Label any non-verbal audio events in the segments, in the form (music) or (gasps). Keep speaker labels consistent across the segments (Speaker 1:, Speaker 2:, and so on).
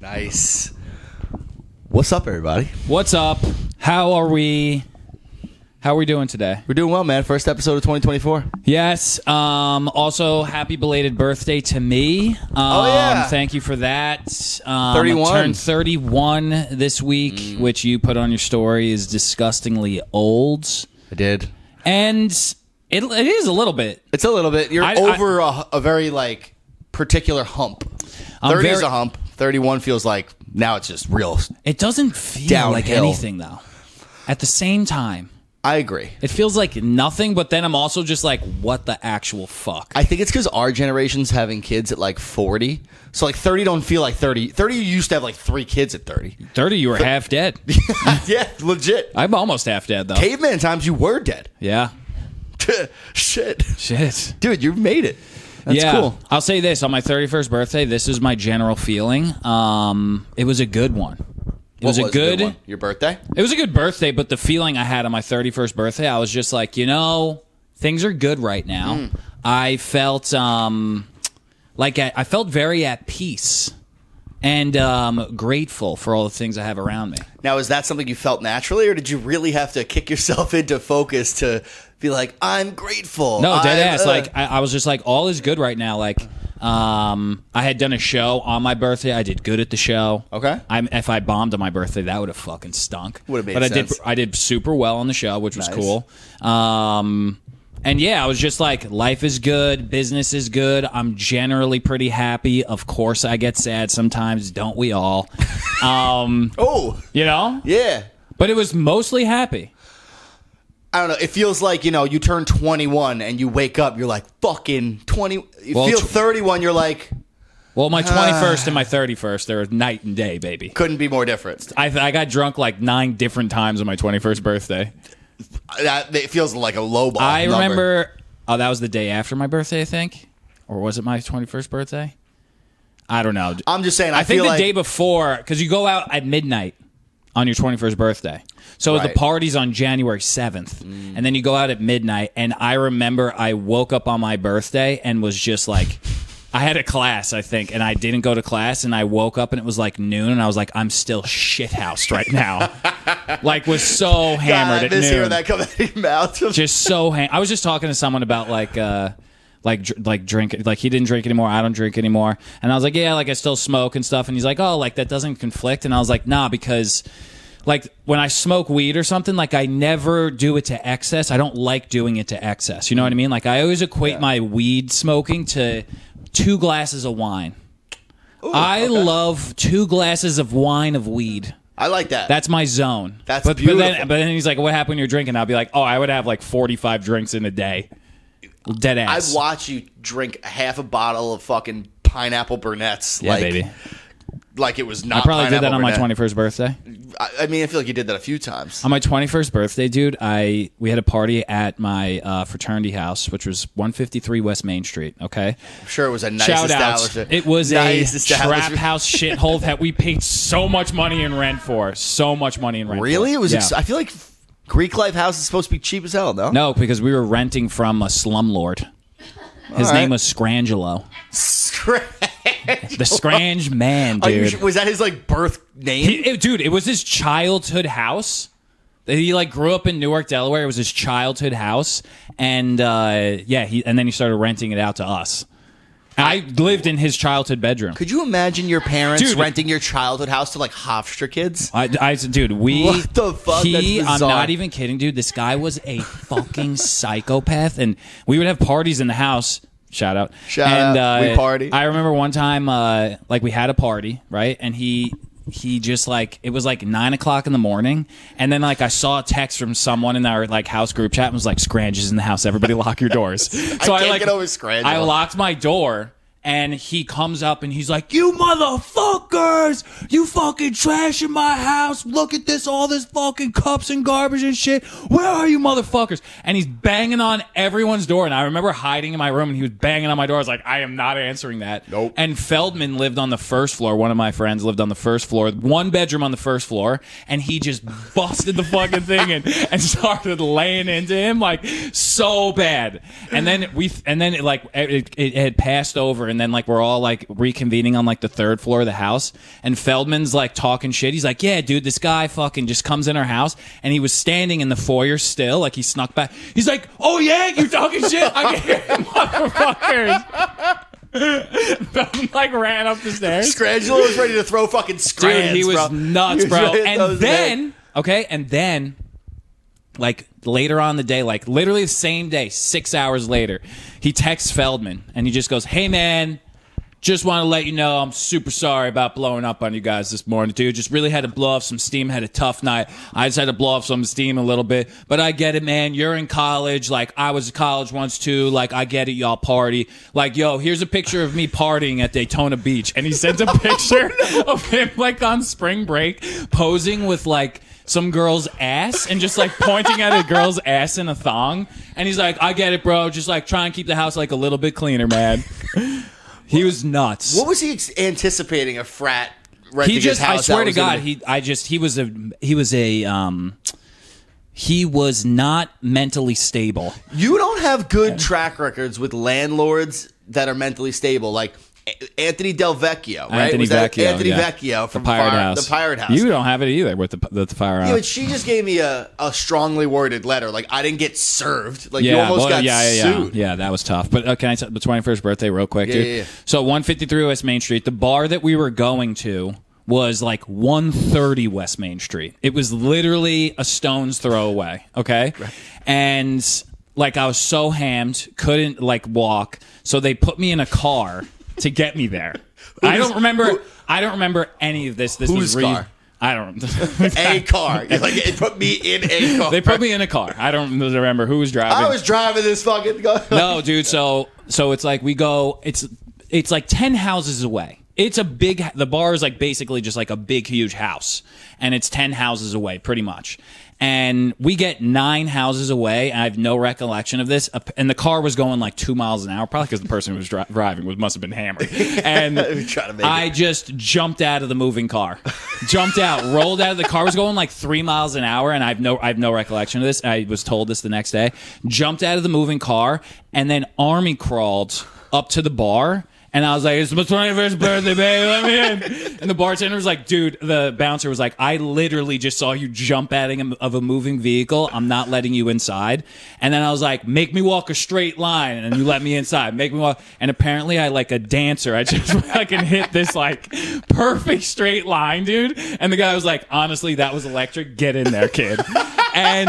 Speaker 1: Nice. What's up, everybody?
Speaker 2: What's up? How are we? How are we doing today?
Speaker 1: We're doing well, man. First episode of 2024.
Speaker 2: Yes. Um, also, happy belated birthday to me. Um,
Speaker 1: Oh, yeah.
Speaker 2: Thank you for that. Um,
Speaker 1: 31.
Speaker 2: I Turned 31 this week,
Speaker 1: Mm.
Speaker 2: which you put on your story is disgustingly old.
Speaker 1: I did.
Speaker 2: And it, it is a little bit.
Speaker 1: It's a little bit. You're
Speaker 2: I- I-
Speaker 1: over a- a, very like particular hump.
Speaker 2: I'm
Speaker 1: 30 is
Speaker 2: very-
Speaker 1: a hump. 31 feels like now it's just real.
Speaker 2: It doesn't feel like
Speaker 1: Downhill.
Speaker 2: anything, though. At the same time,
Speaker 1: I agree.
Speaker 2: it feels like nothing, but then I'm also just like, what the actual fuck?
Speaker 1: I think it's because our generation's having kids at like 40. So like 30 don't feel like 30. 30 you used to have like three kids at
Speaker 2: (laughs)
Speaker 1: 30.
Speaker 2: 30, you were half dead.
Speaker 1: (laughs) yeah, legit.
Speaker 2: I'm almost half dead, though.
Speaker 1: Caveman times you were dead. (laughs)
Speaker 2: Yeah.
Speaker 1: Shit.
Speaker 2: Shit.
Speaker 1: Dude, you've made it. That's
Speaker 2: yeah.
Speaker 1: cool.
Speaker 2: I'll say this on my 31st birthday, this is my general feeling. Um, it was a good one. It was,
Speaker 1: What
Speaker 2: a good,
Speaker 1: one? Your birthday?
Speaker 2: it was a good birthday, but the feeling I had on my 31st birthday, I was just like, you know, things are good right now. I felt um like I, I felt very at peace and um grateful for all the things I have around me.
Speaker 1: Now, is that something you felt naturally, or did you really have to kick yourself (laughs) into focus to be like, I'm grateful?
Speaker 2: No, dead
Speaker 1: I'm,
Speaker 2: ass.
Speaker 1: uh,"
Speaker 2: Like I, I was just like, all is good right now. Like, um, I had done a show on my birthday. I did good at the show.
Speaker 1: Okay.
Speaker 2: I'm if I bombed on my birthday, that would have fucking stunk.
Speaker 1: Would've made
Speaker 2: But
Speaker 1: sense.
Speaker 2: I did. I did super well on the show, which was
Speaker 1: Nice.
Speaker 2: cool. Um, and yeah, I was just like, life is good, business is good. I'm generally pretty happy. Of course, I get sad sometimes. Don't we all? um,
Speaker 1: oh,
Speaker 2: you know.
Speaker 1: yeah.
Speaker 2: But it was mostly happy.
Speaker 1: I don't know. It feels like, you know, you turn 21 and you wake up, you're like, fucking 20. You
Speaker 2: Well,
Speaker 1: feel
Speaker 2: tw-
Speaker 1: 31, you're like, (sighs)
Speaker 2: Well, my 21st and my 31st, they're night and day, baby.
Speaker 1: couldn't be more different.
Speaker 2: I, I got drunk like nine different times on my 21st birthday.
Speaker 1: That, it feels like a low ball.
Speaker 2: I
Speaker 1: number.
Speaker 2: remember, oh, that was the day after my birthday, I think. Or was it my 21st birthday? I don't know.
Speaker 1: I'm just saying, I,
Speaker 2: I think
Speaker 1: feel
Speaker 2: the
Speaker 1: like
Speaker 2: day before, because you go out at midnight on your 21st birthday. So
Speaker 1: Right.
Speaker 2: the party's on January 7th, and then you go out at midnight. And I remember I woke up on my birthday and was just like, I had a class, I think, and I didn't go to class. And I woke up and it was like noon, and I was like, I'm still shithoused right
Speaker 1: (laughs)
Speaker 2: now. like, was so hammered
Speaker 1: God,
Speaker 2: at
Speaker 1: this
Speaker 2: noon
Speaker 1: hearing that come out of your mouth.
Speaker 2: (laughs) just so hang- I was just talking to someone about like uh like dr- like drink like he didn't drink anymore I don't drink anymore and I was like yeah like I still smoke and stuff and he's like oh like that doesn't conflict and I was like nah because like when I smoke weed or something like I never do it to excess I don't like doing it to excess you know what I mean like I always equate my weed smoking to two glasses of wine I love two glasses of wine of weed
Speaker 1: I like that.
Speaker 2: that's my zone.
Speaker 1: That's
Speaker 2: but, But
Speaker 1: beautiful.
Speaker 2: then, but then he's like, "What happened when you're drinking?" I'll be like, "Oh, I would have like 45 drinks in a day, dead
Speaker 1: I
Speaker 2: ass."
Speaker 1: watch you drink half a bottle of fucking pineapple burnettes.
Speaker 2: yeah,
Speaker 1: like,
Speaker 2: baby.
Speaker 1: Like it was
Speaker 2: I
Speaker 1: not.
Speaker 2: probably did that
Speaker 1: pineapple
Speaker 2: on my
Speaker 1: Burnett.
Speaker 2: 21st birthday.
Speaker 1: I, I mean, I feel like you did that a few times.
Speaker 2: On my 21st birthday, dude, I we had a party at my uh, fraternity house, which was 153 West Main Street. Okay,
Speaker 1: I'm sure it was a nice
Speaker 2: shout out.
Speaker 1: establishment.
Speaker 2: It was
Speaker 1: nice
Speaker 2: a trap
Speaker 1: establishment.
Speaker 2: house shithole that we paid so much money in rent for, so much money in rent.
Speaker 1: Really?
Speaker 2: for.
Speaker 1: It was.
Speaker 2: Yeah.
Speaker 1: Ex- I feel like Greek Life House is supposed to be cheap as hell. No.
Speaker 2: no, because we were renting from a slumlord. His
Speaker 1: All right. (laughs)
Speaker 2: name was Scrangelo.
Speaker 1: Scra-
Speaker 2: The Scrange man,
Speaker 1: Oh, Are you
Speaker 2: dude.
Speaker 1: sh- was that his like birth name?
Speaker 2: He- it- dude, it was his childhood house. That He like grew up in Newark, Delaware. It was his childhood house, and uh, yeah, he and then he started renting it out to us. I lived in his childhood bedroom.
Speaker 1: Could you imagine your parents
Speaker 2: Dude.
Speaker 1: renting your childhood house to like Hofstra
Speaker 2: (laughs)
Speaker 1: kids?
Speaker 2: I, I, dude, we.
Speaker 1: What the fuck?
Speaker 2: He,
Speaker 1: That's
Speaker 2: I'm
Speaker 1: bizarre.
Speaker 2: not even kidding, dude. This guy was a fucking psychopath, and we would have parties in the house. Shout out.
Speaker 1: Shout
Speaker 2: and,
Speaker 1: out.
Speaker 2: Uh,
Speaker 1: We party.
Speaker 2: I remember one time, uh, like we had a party, right? And he. He just like it was like nine o'clock in the morning, and then like I saw a text from someone in our like house group chat and was like, "Scrange is in the house. Everybody lock
Speaker 1: (laughs)
Speaker 2: your doors." So I,
Speaker 1: can't
Speaker 2: like
Speaker 1: get over Scrange.
Speaker 2: I locked my door and he comes up and he's like, You motherfuckers! You fucking trash in my house. Look at this, all this fucking cups and garbage and shit. Where are you motherfuckers? And he's banging on everyone's door. And I remember hiding in my room and he was banging on my door. I was like, I am not answering that.
Speaker 1: Nope.
Speaker 2: And Feldman lived on the first floor. One of my friends lived on the first floor, one bedroom on the first floor. And he just busted the fucking thing and, and started laying into him like so bad. And then we, and then it like, it, it, it had passed over. And and then like we're all like reconvening on like the third floor of the house, and Feldman's like talking shit. He's like, "Yeah, dude, this guy fucking just comes in our house, and he was standing in the foyer still, like he snuck back. He's like, "Oh yeah, you talking shit? I can hear you, motherfuckers." (laughs) Feldman like ran up the stairs.
Speaker 1: Scrangelo was ready to throw fucking
Speaker 2: Dude,
Speaker 1: scrans,
Speaker 2: he was
Speaker 1: bro. (laughs)
Speaker 2: nuts,
Speaker 1: He was
Speaker 2: bro.
Speaker 1: ready to throw
Speaker 2: And
Speaker 1: his
Speaker 2: then,
Speaker 1: neck.
Speaker 2: okay, and then, like later on the day, like literally the same day, six hours later, he texts Feldman and he just goes, "Hey, man." Just want to let you know I'm super sorry about blowing up on you guys this morning, dude. Just really had to blow off some steam. Had a tough night. I just had to blow off some steam a little bit, but I get it, man. You're in college. Like I was in college once too. Like I get it. Y'all party. Like yo, here's a picture of me partying at Daytona Beach, and he sends a picture of him like on spring break posing with like some girl's ass and just like pointing at a girl's ass in a thong. And he's like, I get it, bro. Just like try and keep the house like a little bit cleaner, man. He was nuts.
Speaker 1: what was he ex- anticipating? A frat renting
Speaker 2: He just
Speaker 1: his house?
Speaker 2: I swear
Speaker 1: out
Speaker 2: to
Speaker 1: was gonna
Speaker 2: God,
Speaker 1: be-
Speaker 2: he I just he was a he was a um he was not mentally stable.
Speaker 1: You don't have good track records with landlords that are mentally stable, like A- Anthony Del Vecchio, right?
Speaker 2: Anthony
Speaker 1: Was that
Speaker 2: Vecchio.
Speaker 1: Anthony
Speaker 2: yeah.
Speaker 1: Vecchio from
Speaker 2: the Pirate
Speaker 1: Fire-
Speaker 2: House.
Speaker 1: The Pirate House.
Speaker 2: You don't have it either with the, the, the Pirate House.
Speaker 1: Yeah, but she just gave me a, a strongly worded letter. Like I didn't get served. Like you almost
Speaker 2: well,
Speaker 1: got
Speaker 2: yeah, yeah,
Speaker 1: sued.
Speaker 2: Yeah, yeah, that was tough. But uh, can I tell the 21st birthday real quick, dude?
Speaker 1: yeah, yeah.
Speaker 2: So 153 West Main Street, the bar that we were going to was like 130 West Main Street. It was literally a stone's throw away, okay? And like I was so hammed, couldn't like walk. So they put me in a car to get me there.
Speaker 1: (laughs)
Speaker 2: I don't remember I don't remember any of this. This
Speaker 1: Whose
Speaker 2: was re-
Speaker 1: car?
Speaker 2: I don't (laughs)
Speaker 1: A car. You're like it put me in a car.
Speaker 2: They put me in a car. I don't remember who was driving
Speaker 1: I was driving this fucking. Car.
Speaker 2: no, dude. So so it's like we go. It's it's like ten houses away. It's a big. The bar is like basically just like a big, huge house, and it's ten houses away, pretty much. And we get nine houses away. And I have no recollection of this. And the car was going like two miles an hour, probably because the person who was dri- driving was must have been hammered. (laughs) And
Speaker 1: (laughs) Trying to make it.
Speaker 2: I just jumped out of the moving car, jumped out, rolled out of the car. Was going like three miles an hour, and I've no, I've no recollection of this. I was told this the next day. Jumped out of the moving car, and then army crawled up to the bar. And I was like, "It's my twenty-first birthday, baby. Let me in." And the bartender was like, "Dude," the bouncer was like, "I literally just saw you jump out of a- of a moving vehicle. I'm not letting you inside." And then I was like, "Make me walk a straight line," and you let me inside. Make me walk. And apparently, I like a dancer. I just (laughs) fucking hit this like perfect straight line, dude. And the guy was like, "Honestly, that was electric. Get in there, kid." And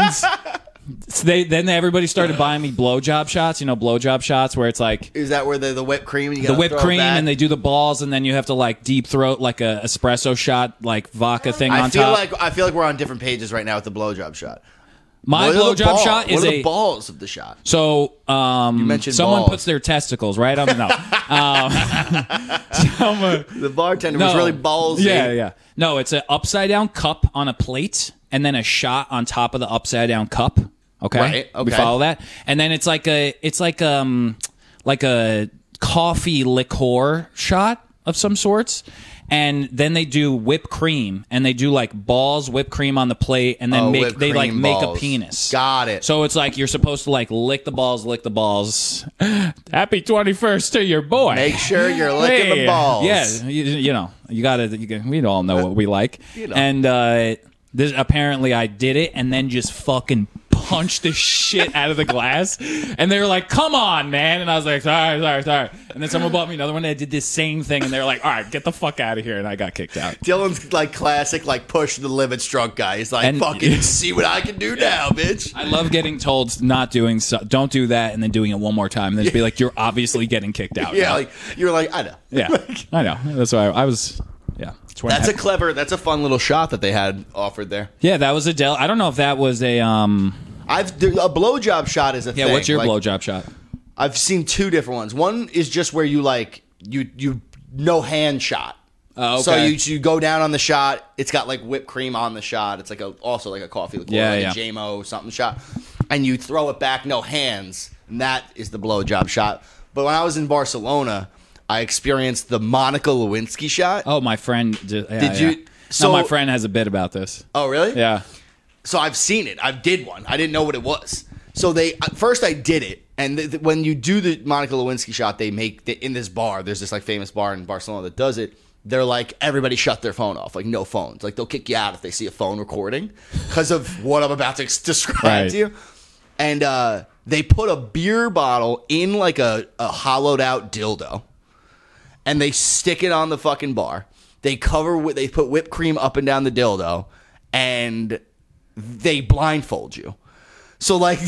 Speaker 2: so they then everybody started buying me blowjob shots. You know, blowjob shots where it's like
Speaker 1: Is that where the, the whipped cream? And you
Speaker 2: the whipped cream and they do the balls and then you have to like deep throat like a espresso shot like vodka thing
Speaker 1: I
Speaker 2: on
Speaker 1: feel
Speaker 2: top.
Speaker 1: like I feel like we're on different pages right now with the blowjob shot.
Speaker 2: My
Speaker 1: What are the
Speaker 2: blowjob
Speaker 1: ball-
Speaker 2: shot is
Speaker 1: what are
Speaker 2: a
Speaker 1: the balls of the shot.
Speaker 2: so um
Speaker 1: mentioned
Speaker 2: someone
Speaker 1: balls.
Speaker 2: puts their testicles right on
Speaker 1: (laughs)
Speaker 2: the no. Um, someone-
Speaker 1: The bartender was
Speaker 2: no.
Speaker 1: really ballsy.
Speaker 2: Yeah, yeah. No, it's an upside down cup on a plate and then a shot on top of the upside down cup. Okay.
Speaker 1: Right,
Speaker 2: We
Speaker 1: okay.
Speaker 2: follow that. And then it's like a it's like um like a coffee liqueur shot of some sorts. And then they do whipped cream and they do like balls whipped cream on the plate and then
Speaker 1: Oh,
Speaker 2: make
Speaker 1: whipped
Speaker 2: they like
Speaker 1: cream
Speaker 2: make
Speaker 1: balls.
Speaker 2: a penis.
Speaker 1: Got it.
Speaker 2: So it's like you're supposed to like lick the balls, lick the balls. (laughs) Happy 21st to your boy.
Speaker 1: Make sure you're licking the
Speaker 2: Hey,
Speaker 1: balls.
Speaker 2: Yeah, you, you know, you gotta. You, gotta- we all know what we
Speaker 1: (laughs)
Speaker 2: like.
Speaker 1: know.
Speaker 2: And uh, this apparently, I did it, and then just fucking punched the shit out of the glass. And they were like, "Come on, man!" And I was like, "Sorry, sorry, sorry." And then someone bought me another one. And I did this same thing, and they were like, "All right, get the fuck out of here!" And I got kicked out.
Speaker 1: Dylan's like classic, like push the limits drunk guy. He's like,
Speaker 2: And- (laughs)
Speaker 1: fucking see what I can do now, bitch.
Speaker 2: I love getting told not doing so, don't do that, and then doing it one more time, and then just be like, "You're obviously getting kicked
Speaker 1: (laughs)
Speaker 2: out."
Speaker 1: Yeah,
Speaker 2: now."
Speaker 1: like you're (laughs) like, I know.
Speaker 2: (laughs) yeah, I know. That's why I, I was. Yeah, It's when I
Speaker 1: That's
Speaker 2: had-
Speaker 1: a clever. That's a fun little shot that they had offered there.
Speaker 2: yeah. That was a Dell. I don't know if that was a um.
Speaker 1: I've there- a blowjob shot is a
Speaker 2: Yeah,
Speaker 1: thing.
Speaker 2: what's your
Speaker 1: like,
Speaker 2: blowjob shot?
Speaker 1: I've seen two different ones. One is just where you like you you no hand shot.
Speaker 2: Oh,
Speaker 1: So
Speaker 2: okay.
Speaker 1: you you go down on the shot. It's got like whipped cream on the shot. It's like a also like a coffee liqueur,
Speaker 2: Yeah,
Speaker 1: like
Speaker 2: yeah.
Speaker 1: a JMO something shot, and you throw it back, no hands, and that is the blowjob shot. But when I was in Barcelona, I experienced the Monica Lewinsky shot. Oh,
Speaker 2: Oh, my friend. Did, yeah,
Speaker 1: Did you-
Speaker 2: yeah.
Speaker 1: so-
Speaker 2: no, my friend has a bit about this.
Speaker 1: Oh, really?
Speaker 2: Yeah.
Speaker 1: So I've seen it. I did one. I didn't know what it was. So they at first I did it, And th- th- when you do the Monica Lewinsky shot, they make the, in this bar. There's this like famous bar in Barcelona that does it. They're like everybody shut their phone off, like no phones. Like they'll kick you out if they see a phone recording because of what I'm about to ex- (laughs) describe
Speaker 2: Right.
Speaker 1: to you. And uh, they put a beer bottle in like a, a hollowed out dildo and they stick it on the fucking bar. They cover with they put whipped cream up and down the dildo, and they blindfold you. So like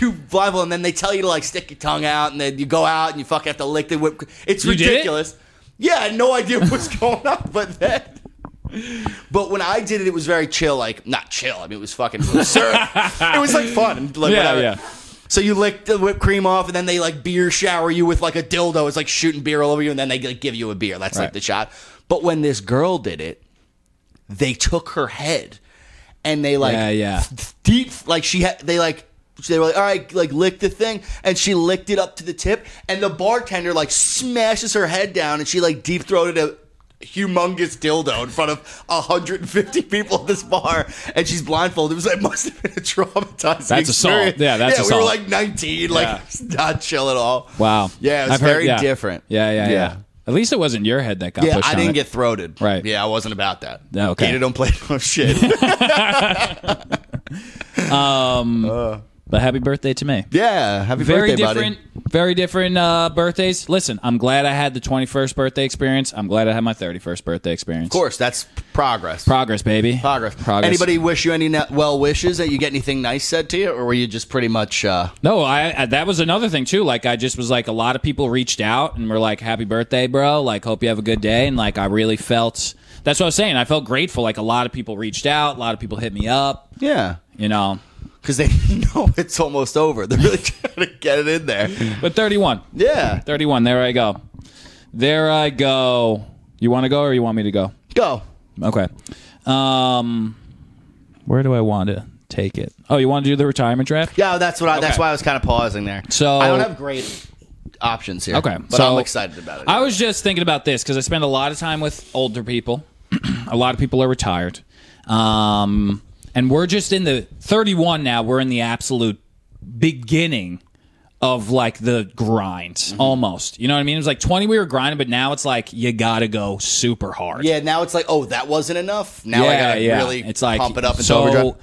Speaker 1: (laughs) you blindfold, and then they tell you to like stick your tongue out, and then you go out and you fuck have to lick the whipped. cre- It's
Speaker 2: You did it?
Speaker 1: ridiculous. Yeah, I had no idea (laughs) what's going on, but then. But when I did it, it was very chill. Like not chill. I mean, it was fucking absurd.
Speaker 2: (laughs)
Speaker 1: it was like fun. Like,
Speaker 2: Yeah,
Speaker 1: whatever.
Speaker 2: yeah.
Speaker 1: So you lick the whipped cream off, and then they like beer shower you with like a dildo. It's like shooting beer all over you, and then they like give you a beer. That's like
Speaker 2: Right.
Speaker 1: the shot. But when this girl did it, they took her head, and they like
Speaker 2: Yeah, yeah.
Speaker 1: f- deep like she had they like. They were like, all right, like lick the thing, and she licked it up to the tip, and the bartender like smashes her head down, and she like deep throated a humongous dildo in front of 150 people at this bar, and she's blindfolded. It was like must have been a traumatizing.
Speaker 2: That's assault.
Speaker 1: experience.
Speaker 2: Yeah, that's
Speaker 1: yeah, We
Speaker 2: assault.
Speaker 1: were like 19, like it's (laughs) not chill at all.
Speaker 2: Wow.
Speaker 1: Yeah, it was
Speaker 2: I've heard-
Speaker 1: very
Speaker 2: yeah.
Speaker 1: different.
Speaker 2: Yeah, yeah, yeah, At least it wasn't your head that got
Speaker 1: Yeah,
Speaker 2: pushed
Speaker 1: I
Speaker 2: on
Speaker 1: didn't
Speaker 2: it.
Speaker 1: get throated.
Speaker 2: Right.
Speaker 1: Yeah, I wasn't about that.
Speaker 2: Yeah, okay.
Speaker 1: Peter don't play no
Speaker 2: (laughs)
Speaker 1: shit. (laughs)
Speaker 2: But happy birthday to me.
Speaker 1: yeah, happy
Speaker 2: Very
Speaker 1: birthday,
Speaker 2: different,
Speaker 1: buddy.
Speaker 2: very different uh, birthdays. Listen, I'm glad I had the 21st birthday experience. I'm glad I had my 31st birthday experience.
Speaker 1: Of course, that's progress.
Speaker 2: Progress, baby.
Speaker 1: progress.
Speaker 2: Progress.
Speaker 1: Anybody wish you any na- well wishes? That you get anything nice said to you, or were you just pretty much? Uh,
Speaker 2: No, I, I that was another thing too. Like I just was like a lot of people reached out and were like, "Happy birthday, bro! Like hope you have a good day." And like I really felt that's what I was saying. I felt grateful. Like a lot of people reached out, a lot of people hit me up.
Speaker 1: yeah,
Speaker 2: You know,
Speaker 1: because they (laughs) know it's almost over. They're really (laughs) trying to get it in there.
Speaker 2: but 31,
Speaker 1: Yeah,
Speaker 2: 31. There I go. There I go. You want to go or you want me to go?
Speaker 1: go.
Speaker 2: Okay. Um, where do I want to take it? Oh, you want to do the retirement draft?
Speaker 1: Yeah, that's what. I, That's
Speaker 2: Okay.
Speaker 1: why I was kind of pausing there.
Speaker 2: So-
Speaker 1: I don't have great options here.
Speaker 2: Okay,
Speaker 1: but
Speaker 2: so-
Speaker 1: I'm excited about it.
Speaker 2: I was just thinking about this because I spend a lot of time with older people. (clears throat) a lot of people are retired. Um, and we're just in the 31 now. We're in the absolute beginning of like the grind almost. You know what I mean? It was like 20, we were grinding, but now it's like you got to go super hard.
Speaker 1: yeah, now it's like, oh, that wasn't enough. Now I gotta really
Speaker 2: it's like,
Speaker 1: pump it up and
Speaker 2: so
Speaker 1: overdrive.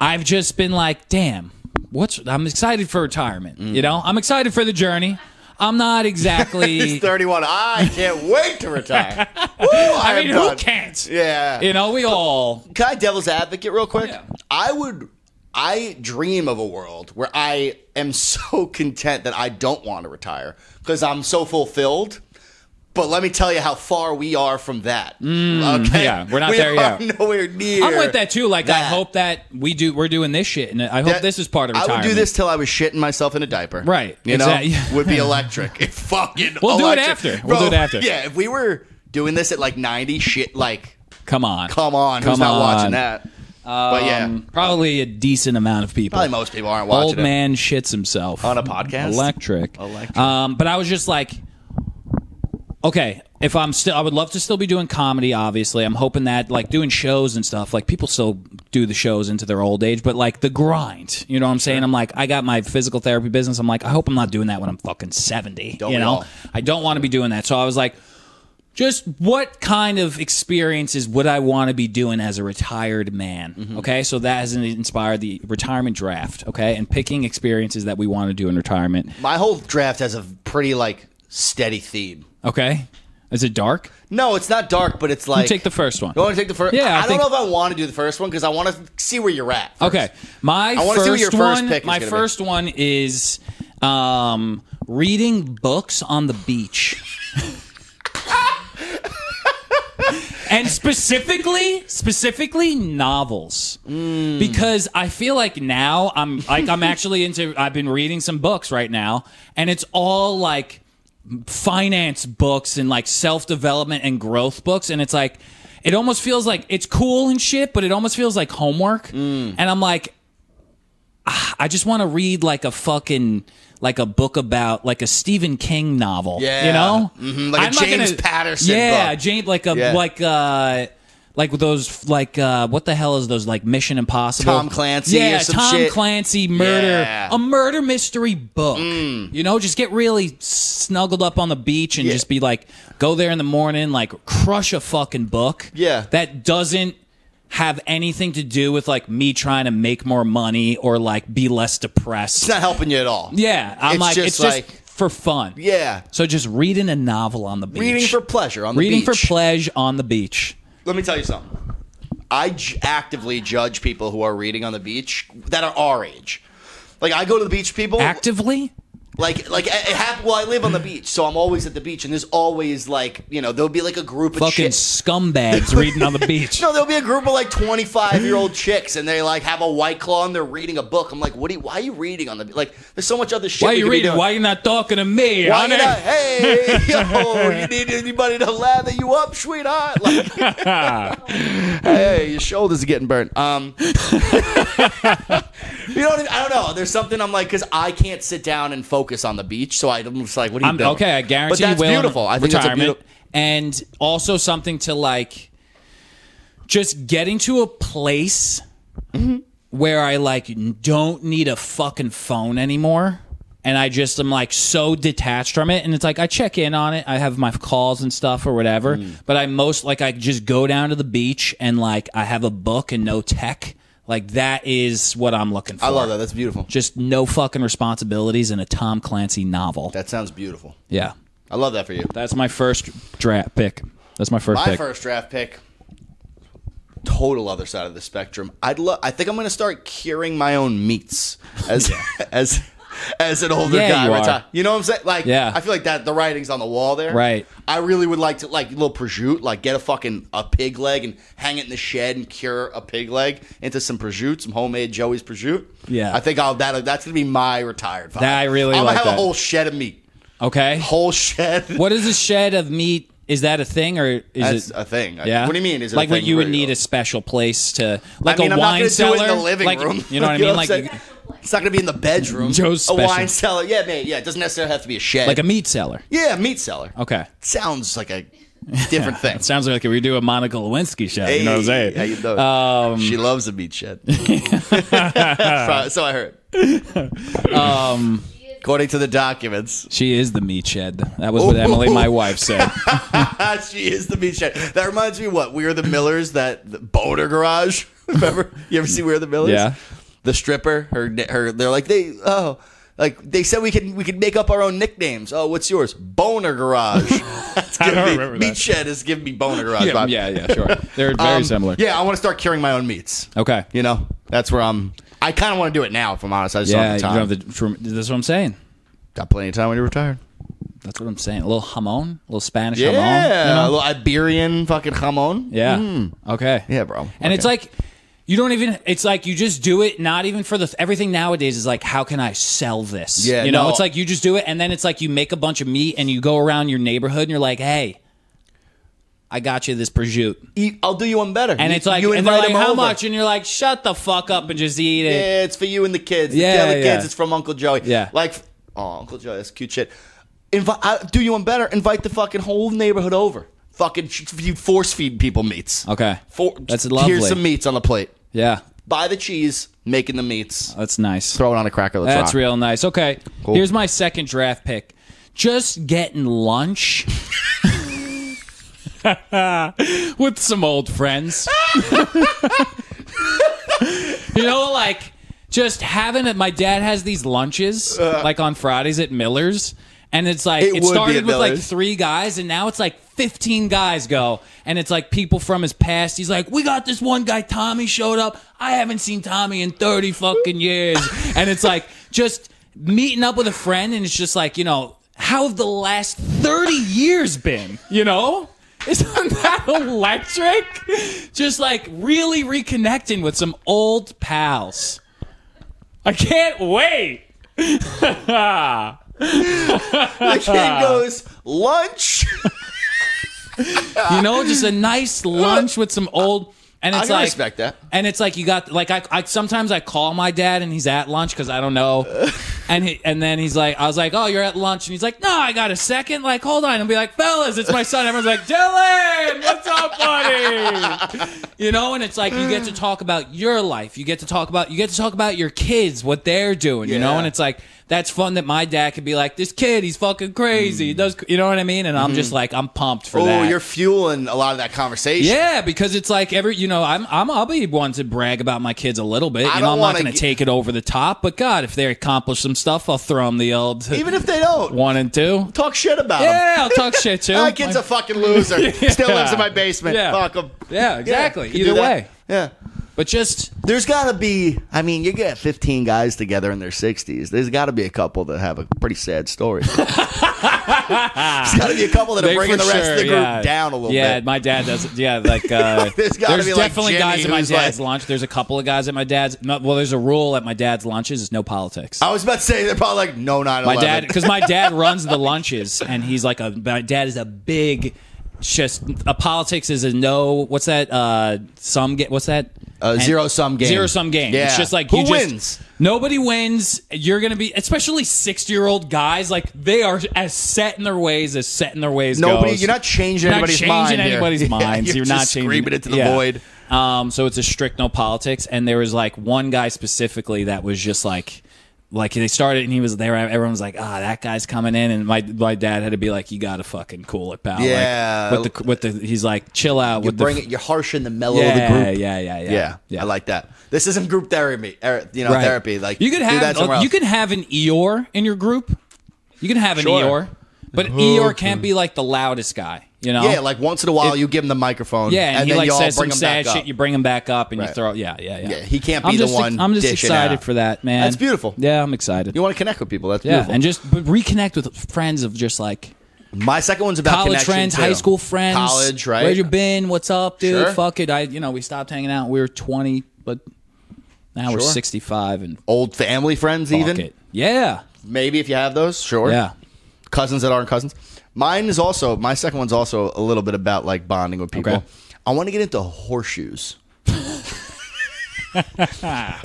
Speaker 2: I've just been like, damn, what's I'm excited for retirement. You know, I'm excited for the journey. I'm (laughs) not
Speaker 1: He's
Speaker 2: exactly
Speaker 1: 31. I can't wait to retire. Woo, I,
Speaker 2: (laughs) I
Speaker 1: am
Speaker 2: mean, who
Speaker 1: done.
Speaker 2: can't?
Speaker 1: Yeah.
Speaker 2: You know, we all
Speaker 1: Can I devil's advocate real quick?
Speaker 2: Yeah.
Speaker 1: I would. I dream of a world where I am so (laughs) content that I don't want to retire because I'm so fulfilled. But let me tell you how far we are from that. okay,
Speaker 2: Mm, yeah, we're not
Speaker 1: We
Speaker 2: there
Speaker 1: are (laughs)
Speaker 2: yet.
Speaker 1: Nowhere near.
Speaker 2: I'm with that too. Like I
Speaker 1: that.
Speaker 2: hope that we do we're doing this shit and I hope
Speaker 1: That-
Speaker 2: this is part of
Speaker 1: I
Speaker 2: retirement.
Speaker 1: would do this till I was shitting myself in a diaper.
Speaker 2: Right,
Speaker 1: You
Speaker 2: exact- (laughs)
Speaker 1: know, would be electric. (laughs) It fucking.
Speaker 2: We'll do it
Speaker 1: electric.
Speaker 2: after. We'll do it after.
Speaker 1: Yeah, if we were doing this at like 90, shit, like,
Speaker 2: Come on.
Speaker 1: come on,
Speaker 2: Come
Speaker 1: who's not
Speaker 2: on.
Speaker 1: watching that? but yeah,
Speaker 2: Um, probably a decent amount of people.
Speaker 1: probably most people aren't watching
Speaker 2: Old
Speaker 1: it.
Speaker 2: man shits himself
Speaker 1: On a podcast?
Speaker 2: Electric.
Speaker 1: Electric.
Speaker 2: Um, but I was just like, okay, if I'm still, I would love to still be doing comedy. Obviously, I'm hoping that like doing shows and stuff. Like people still do the shows into their old age, but like the grind. You know what I'm saying? I'm like, I got my physical therapy business. I'm like, I hope I'm not doing that when I'm fucking seventy.
Speaker 1: Don't
Speaker 2: you
Speaker 1: we
Speaker 2: know,
Speaker 1: all?
Speaker 2: I don't want to be doing that. So I was like. Just what kind of experiences would I want to be doing as a retired man?
Speaker 1: Mm-hmm.
Speaker 2: Okay, so that has inspired the retirement draft. Okay, and picking experiences that we want to do in retirement.
Speaker 1: My whole draft has a pretty like steady theme.
Speaker 2: Okay, is it dark?
Speaker 1: No, it's not dark, but it's like
Speaker 2: take the first one.
Speaker 1: You want to take the first?
Speaker 2: Yeah,
Speaker 1: I,
Speaker 2: I
Speaker 1: don't
Speaker 2: think-
Speaker 1: know if I want to do the first one because I want to see where you're at. first.
Speaker 2: Okay, my
Speaker 1: I wanna
Speaker 2: first
Speaker 1: see what your first
Speaker 2: one.
Speaker 1: pick is
Speaker 2: my
Speaker 1: gonna be.
Speaker 2: first one is um, reading books on the
Speaker 1: (laughs)
Speaker 2: beach. and specifically specifically novels
Speaker 1: Mm.
Speaker 2: because i feel like now i'm like i'm actually into i've been reading some books right now and it's all like finance books and like self-development and growth books and it's like it almost feels like it's cool and shit but it almost feels like homework
Speaker 1: Mm.
Speaker 2: and i'm like ah, i just want to read like a fucking like a book about like a Stephen King novel,
Speaker 1: Yeah.
Speaker 2: you know,
Speaker 1: Mhm, like a
Speaker 2: not
Speaker 1: James Patterson
Speaker 2: yeah,
Speaker 1: book.
Speaker 2: James like a
Speaker 1: Yeah.
Speaker 2: like uh like with those like uh, what the hell is those like Mission Impossible?
Speaker 1: Tom Clancy or
Speaker 2: yeah,
Speaker 1: some
Speaker 2: Tom
Speaker 1: shit.
Speaker 2: Clancy murder, Oh
Speaker 1: Yeah.
Speaker 2: a murder mystery book. You know, just get really snuggled up on the beach and
Speaker 1: Mm. Yeah.
Speaker 2: just be like, go there in the morning, like crush a fucking book.
Speaker 1: Yeah.
Speaker 2: that doesn't have anything to do with like me trying to make more money or like be less depressed.
Speaker 1: It's not helping you at all.
Speaker 2: Yeah, I'm
Speaker 1: It's
Speaker 2: like
Speaker 1: just
Speaker 2: it's just
Speaker 1: like-
Speaker 2: for fun.
Speaker 1: Yeah.
Speaker 2: So just reading a novel on the beach.
Speaker 1: Reading for pleasure on the
Speaker 2: reading for
Speaker 1: beach.
Speaker 2: pleasure on the beach.
Speaker 1: Let me tell you something. I j- actively judge people who are reading on the beach that are our age. Like I go to the beach, people.
Speaker 2: Actively?
Speaker 1: Like, like it hap- Well, I live on the beach, so I'm always at the beach, and there's always like, you know, there'll be like a group of
Speaker 2: Fucking
Speaker 1: chicks.
Speaker 2: scumbags reading on
Speaker 1: (laughs)
Speaker 2: the beach.
Speaker 1: No, there'll be a group of like 25 year
Speaker 2: (laughs)
Speaker 1: old chicks, and they like have a white claw and they're reading a book. I'm like, what? Are you, why are you reading on the like? There's so much other shit.
Speaker 2: Why are
Speaker 1: we
Speaker 2: you
Speaker 1: could be
Speaker 2: reading?
Speaker 1: doing.
Speaker 2: Why are you not talking to me?
Speaker 1: Why
Speaker 2: honey?
Speaker 1: you not? (laughs) Hey,
Speaker 2: (laughs)
Speaker 1: yo, you need anybody to lather you up, sweetheart? Like, hey, your shoulders are getting burnt. Um, (laughs) you know, what I, mean? I don't know. There's something I'm like because I can't sit down and focus on the beach, so I'm just like, what are you
Speaker 2: I'm,
Speaker 1: doing?
Speaker 2: okay, I guarantee
Speaker 1: But that's
Speaker 2: you will. in
Speaker 1: beautiful. I think
Speaker 2: retirement,
Speaker 1: that's a beautiful.
Speaker 2: And also something to like just getting to a place where I like n- don't need a fucking phone anymore. And I just am like so detached from it. And it's like I check in on it. I have my calls and stuff or whatever.
Speaker 1: Hmm.
Speaker 2: But I most like I just go down to the beach and like I have a book and no tech. Like that is what I'm looking for.
Speaker 1: I love that. That's beautiful.
Speaker 2: Just no fucking responsibilities in a Tom Clancy novel.
Speaker 1: That sounds beautiful.
Speaker 2: yeah.
Speaker 1: I love that for you.
Speaker 2: That's my first draft pick. That's my first
Speaker 1: My
Speaker 2: pick.
Speaker 1: first draft pick. Total other side of the spectrum. I'd love. I think I'm going to start curing my own
Speaker 2: (laughs)
Speaker 1: meats as as as an older
Speaker 2: Yeah,
Speaker 1: guy.
Speaker 2: you
Speaker 1: right?
Speaker 2: are.
Speaker 1: You know what I'm saying? Like,
Speaker 2: Yeah.
Speaker 1: I feel like that the writing's on the wall there.
Speaker 2: Right.
Speaker 1: I really would like to like little prosciutto, like get a fucking a pig leg and hang it in the shed and cure a pig leg into some prosciutto, some homemade Joey's prosciutto.
Speaker 2: Yeah.
Speaker 1: I think I'll that that's gonna be my retired. Vibe.
Speaker 2: That I really
Speaker 1: I'm
Speaker 2: like
Speaker 1: gonna have
Speaker 2: that.
Speaker 1: a whole shed of meat.
Speaker 2: Okay.
Speaker 1: Whole shed.
Speaker 2: What is a shed of meat? Is that a thing or is
Speaker 1: (laughs) That's
Speaker 2: it?
Speaker 1: a thing. I-
Speaker 2: yeah.
Speaker 1: What do you mean? Is it a
Speaker 2: like
Speaker 1: thing
Speaker 2: you would
Speaker 1: where-
Speaker 2: need a special place to like
Speaker 1: I mean,
Speaker 2: a
Speaker 1: I'm not
Speaker 2: wine
Speaker 1: gonna
Speaker 2: cellar?
Speaker 1: do it in the living
Speaker 2: like,
Speaker 1: room.
Speaker 2: You
Speaker 1: (laughs)
Speaker 2: know what I mean? Like
Speaker 1: I'm saying? it's not going to be in the bedroom.
Speaker 2: Joe's
Speaker 1: a
Speaker 2: special.
Speaker 1: wine cellar. Yeah, man. Yeah, it doesn't necessarily have to be a shed.
Speaker 2: like a meat cellar.
Speaker 1: yeah, a meat cellar.
Speaker 2: Okay.
Speaker 1: Sounds like a different thing.
Speaker 2: It sounds like we do a Monica Lewinsky show. (laughs) you know what I'm saying? Um,
Speaker 1: Hey, How you doing? she loves a meat
Speaker 2: (laughs)
Speaker 1: shed. (laughs) Fro- so I heard.
Speaker 2: Um,
Speaker 1: According to the documents,
Speaker 2: She is the meat shed. That
Speaker 1: Oh.
Speaker 2: was what Emily, my
Speaker 1: (laughs)
Speaker 2: wife, said.
Speaker 1: she is the meat shed. That reminds me, what we are the Millers, that the boner garage. (laughs) Remember? You ever see We Are the Millers?
Speaker 2: Yeah.
Speaker 1: The stripper, her, her. They're like they. Oh, like they said we can we can make up our own nicknames. Oh, what's yours? Boner
Speaker 2: (laughs)
Speaker 1: garage. That's
Speaker 2: I don't
Speaker 1: giving me-
Speaker 2: remember that.
Speaker 1: Meat shed is giving me boner garage.
Speaker 2: yeah,
Speaker 1: vibe.
Speaker 2: yeah, yeah, sure. They're very
Speaker 1: Um,
Speaker 2: similar.
Speaker 1: Yeah, I want to start curing my own meats.
Speaker 2: Okay.
Speaker 1: You know, that's where I'm. I kind of want to do it now, if I'm honest. I just
Speaker 2: Yeah,
Speaker 1: don't have the
Speaker 2: you
Speaker 1: time.
Speaker 2: don't have the, that's what I'm saying.
Speaker 1: Got plenty of time when you're retired.
Speaker 2: That's what I'm saying. A little jamon, a little Spanish
Speaker 1: Yeah,
Speaker 2: jamon. you
Speaker 1: a
Speaker 2: know?
Speaker 1: little Iberian fucking jamon.
Speaker 2: Yeah. Okay.
Speaker 1: Mm. Yeah, bro.
Speaker 2: And it's
Speaker 1: Okay.
Speaker 2: like you don't even. It's like you just do it. Not even for the everything nowadays is like how can I sell this?
Speaker 1: Yeah,
Speaker 2: You know,
Speaker 1: no.
Speaker 2: it's like you just do it, and then it's like you make a bunch of meat, and you go around your neighborhood, and you're like, hey. I got you this prosciutto,
Speaker 1: Eat- I'll do you one better.
Speaker 2: and
Speaker 1: You-
Speaker 2: it's like,
Speaker 1: you
Speaker 2: and they're
Speaker 1: invite
Speaker 2: like,
Speaker 1: him
Speaker 2: how
Speaker 1: over.
Speaker 2: much? And you're like, shut the fuck up and just eat it.
Speaker 1: Yeah, it's for you and the kids.
Speaker 2: Yeah,
Speaker 1: Yeah, the other
Speaker 2: yeah.
Speaker 1: kids. It's from Uncle Joey.
Speaker 2: Yeah.
Speaker 1: like, oh, Uncle Joey, that's cute shit. Invite, I, do you one better. Invite the fucking whole neighborhood over. Fucking sh- you force feed people meats.
Speaker 2: Okay,
Speaker 1: For,
Speaker 2: That's
Speaker 1: Here's
Speaker 2: lovely.
Speaker 1: some meats on the plate.
Speaker 2: yeah,
Speaker 1: Buy the cheese, making the meats,
Speaker 2: that's nice.
Speaker 1: throw it on a cracker. Let's
Speaker 2: That's
Speaker 1: rock.
Speaker 2: real nice. Okay, here's my second draft pick. Just
Speaker 1: (laughs)
Speaker 2: getting lunch with some old friends. (laughs) you know, like just having it. My dad has these lunches like on Fridays at Miller's. And it's like
Speaker 1: Uh. It
Speaker 2: it,
Speaker 1: would be
Speaker 2: started
Speaker 1: at
Speaker 2: with like
Speaker 1: Miller's.
Speaker 2: three guys, and now it's like fifteen guys go, and it's like people from his past. He's like, "We got this one guy, Tommy showed up. I haven't seen Tommy in thirty fucking years." and it's like just meeting up with a friend, and it's just like you know, how have the last thirty years been? You know, isn't that electric? Just like really reconnecting with some old pals. I can't wait.
Speaker 1: (laughs) The kid
Speaker 2: (laughs)
Speaker 1: goes lunch.
Speaker 2: you know, just a nice lunch with some old. And
Speaker 1: (laughs) Uh,
Speaker 2: it's
Speaker 1: I can
Speaker 2: like,
Speaker 1: respect that. (laughs)
Speaker 2: And it's like you got like I, I sometimes I call my dad and he's at lunch because I don't know And he, and then he's like, I was like, oh, you're at lunch, and he's like, no, I got a second. Like, hold on. And be like, fellas, it's my son. Everyone's like, Dylan, what's up, buddy? you know, and it's like you get to talk about your life. You get to talk about you get to talk about your kids, what they're doing. You know,
Speaker 1: Yeah.
Speaker 2: and it's like that's fun that my dad could be like, this kid, he's fucking crazy. He does, you know what I mean? And I'm just like, I'm pumped for
Speaker 1: Mm. Oh,
Speaker 2: that.
Speaker 1: you're fueling a lot of that conversation.
Speaker 2: Yeah, because it's like every you know, I'm I'm I'll be one to brag about my kids a little bit.
Speaker 1: I
Speaker 2: You know,
Speaker 1: don't
Speaker 2: I'm not
Speaker 1: wanna
Speaker 2: going to
Speaker 1: get-
Speaker 2: take it over the top, but God, if they accomplish some stuff, I'll throw them the old
Speaker 1: Even if they don't,
Speaker 2: (laughs) one and two.
Speaker 1: talk shit about them.
Speaker 2: Yeah, I'll talk
Speaker 1: (laughs)
Speaker 2: shit too.
Speaker 1: That kid's a fucking
Speaker 2: (laughs)
Speaker 1: loser. Still lives in my basement.
Speaker 2: Yeah.
Speaker 1: Fuck him. (laughs)
Speaker 2: Yeah, exactly.
Speaker 1: could do
Speaker 2: Either
Speaker 1: that.
Speaker 2: way,
Speaker 1: Yeah.
Speaker 2: but just
Speaker 1: There's got to be, I mean, you get 15 guys together in their 60s. There's got to be a couple that have a pretty sad story.
Speaker 2: (laughs)
Speaker 1: There's got to be a couple that are
Speaker 2: they
Speaker 1: bringing
Speaker 2: for
Speaker 1: the rest of the
Speaker 2: sure,
Speaker 1: group
Speaker 2: yeah.
Speaker 1: down a little
Speaker 2: yeah,
Speaker 1: bit.
Speaker 2: my
Speaker 1: (laughs)
Speaker 2: dad does. Yeah, like uh,
Speaker 1: There's gotta be, like,
Speaker 2: definitely
Speaker 1: Jimmy
Speaker 2: guys at my
Speaker 1: who's like-
Speaker 2: dad's lunch. There's a couple of guys at my dad's. No, well, there's a rule at my dad's lunches is no politics.
Speaker 1: I was about to say they're probably like, no, not
Speaker 2: My dad, because my dad runs the lunches, and he's like a. My dad is a big, just a politics is a no. What's that? Uh, some get. What's that?
Speaker 1: Uh, zero-sum game.
Speaker 2: Zero sum game.
Speaker 1: Yeah.
Speaker 2: It's just like
Speaker 1: Who
Speaker 2: you just-
Speaker 1: wins?
Speaker 2: Nobody wins. You're gonna be, especially sixty year old guys. Like they are as set in their ways as set in their ways.
Speaker 1: Nobody,
Speaker 2: goes.
Speaker 1: you're not changing
Speaker 2: You're
Speaker 1: anybody's
Speaker 2: not changing
Speaker 1: mind here.
Speaker 2: (laughs)
Speaker 1: (laughs)
Speaker 2: anybody's
Speaker 1: Yeah,
Speaker 2: minds.
Speaker 1: you're
Speaker 2: You're, not
Speaker 1: just
Speaker 2: changing
Speaker 1: screaming into the void.
Speaker 2: Um, so it's a strict no politics. And there was like one guy specifically that was just like, like they started and he was there. Everyone was like, ah, that guy's coming in. And my my dad had to be like, you gotta fucking cool it, pal. Like,
Speaker 1: Yeah.
Speaker 2: with the with the he's like, chill out.
Speaker 1: You
Speaker 2: with
Speaker 1: bring
Speaker 2: the,
Speaker 1: it, you're harsh in the mellow
Speaker 2: Yeah,
Speaker 1: of the group.
Speaker 2: yeah, yeah, yeah,
Speaker 1: Yeah, I like that. This isn't group therapy, er, you know,
Speaker 2: Right.
Speaker 1: therapy. Like
Speaker 2: you could
Speaker 1: do
Speaker 2: have
Speaker 1: that somewhere
Speaker 2: you
Speaker 1: else.
Speaker 2: could have an Eeyore in your group. You can have an
Speaker 1: Sure.
Speaker 2: Eeyore, but Eeyore can't be like the loudest guy. You know,
Speaker 1: yeah, like once in a while you give him the microphone.
Speaker 2: Yeah, and, he
Speaker 1: then
Speaker 2: like
Speaker 1: you all
Speaker 2: says
Speaker 1: bring
Speaker 2: some
Speaker 1: him
Speaker 2: sad
Speaker 1: back
Speaker 2: shit.
Speaker 1: up.
Speaker 2: You bring him back up and you
Speaker 1: Right.
Speaker 2: throw. Yeah, yeah, yeah.
Speaker 1: Yeah, he can't be
Speaker 2: I'm
Speaker 1: the
Speaker 2: just,
Speaker 1: one
Speaker 2: I'm just
Speaker 1: dishing
Speaker 2: excited
Speaker 1: out.
Speaker 2: for that, man.
Speaker 1: That's beautiful.
Speaker 2: Yeah, I'm excited.
Speaker 1: You want to connect with people. That's
Speaker 2: yeah,
Speaker 1: beautiful.
Speaker 2: and just but reconnect with friends of just like
Speaker 1: My second one's about
Speaker 2: college
Speaker 1: connection,
Speaker 2: friends,
Speaker 1: too.
Speaker 2: high school friends,
Speaker 1: college, right?
Speaker 2: Where you been? What's up, dude?
Speaker 1: Sure.
Speaker 2: Fuck it. I, you know, we stopped hanging out. when We were 20, but now we're
Speaker 1: Sure.
Speaker 2: 65 and fuck
Speaker 1: Old family friends, even
Speaker 2: it. Yeah,
Speaker 1: maybe if you have those, sure.
Speaker 2: yeah.
Speaker 1: cousins that aren't cousins. Mine is also my second one's also a little bit about like bonding with people.
Speaker 2: Okay.
Speaker 1: I want to get into
Speaker 2: (laughs)
Speaker 1: horseshoes. I,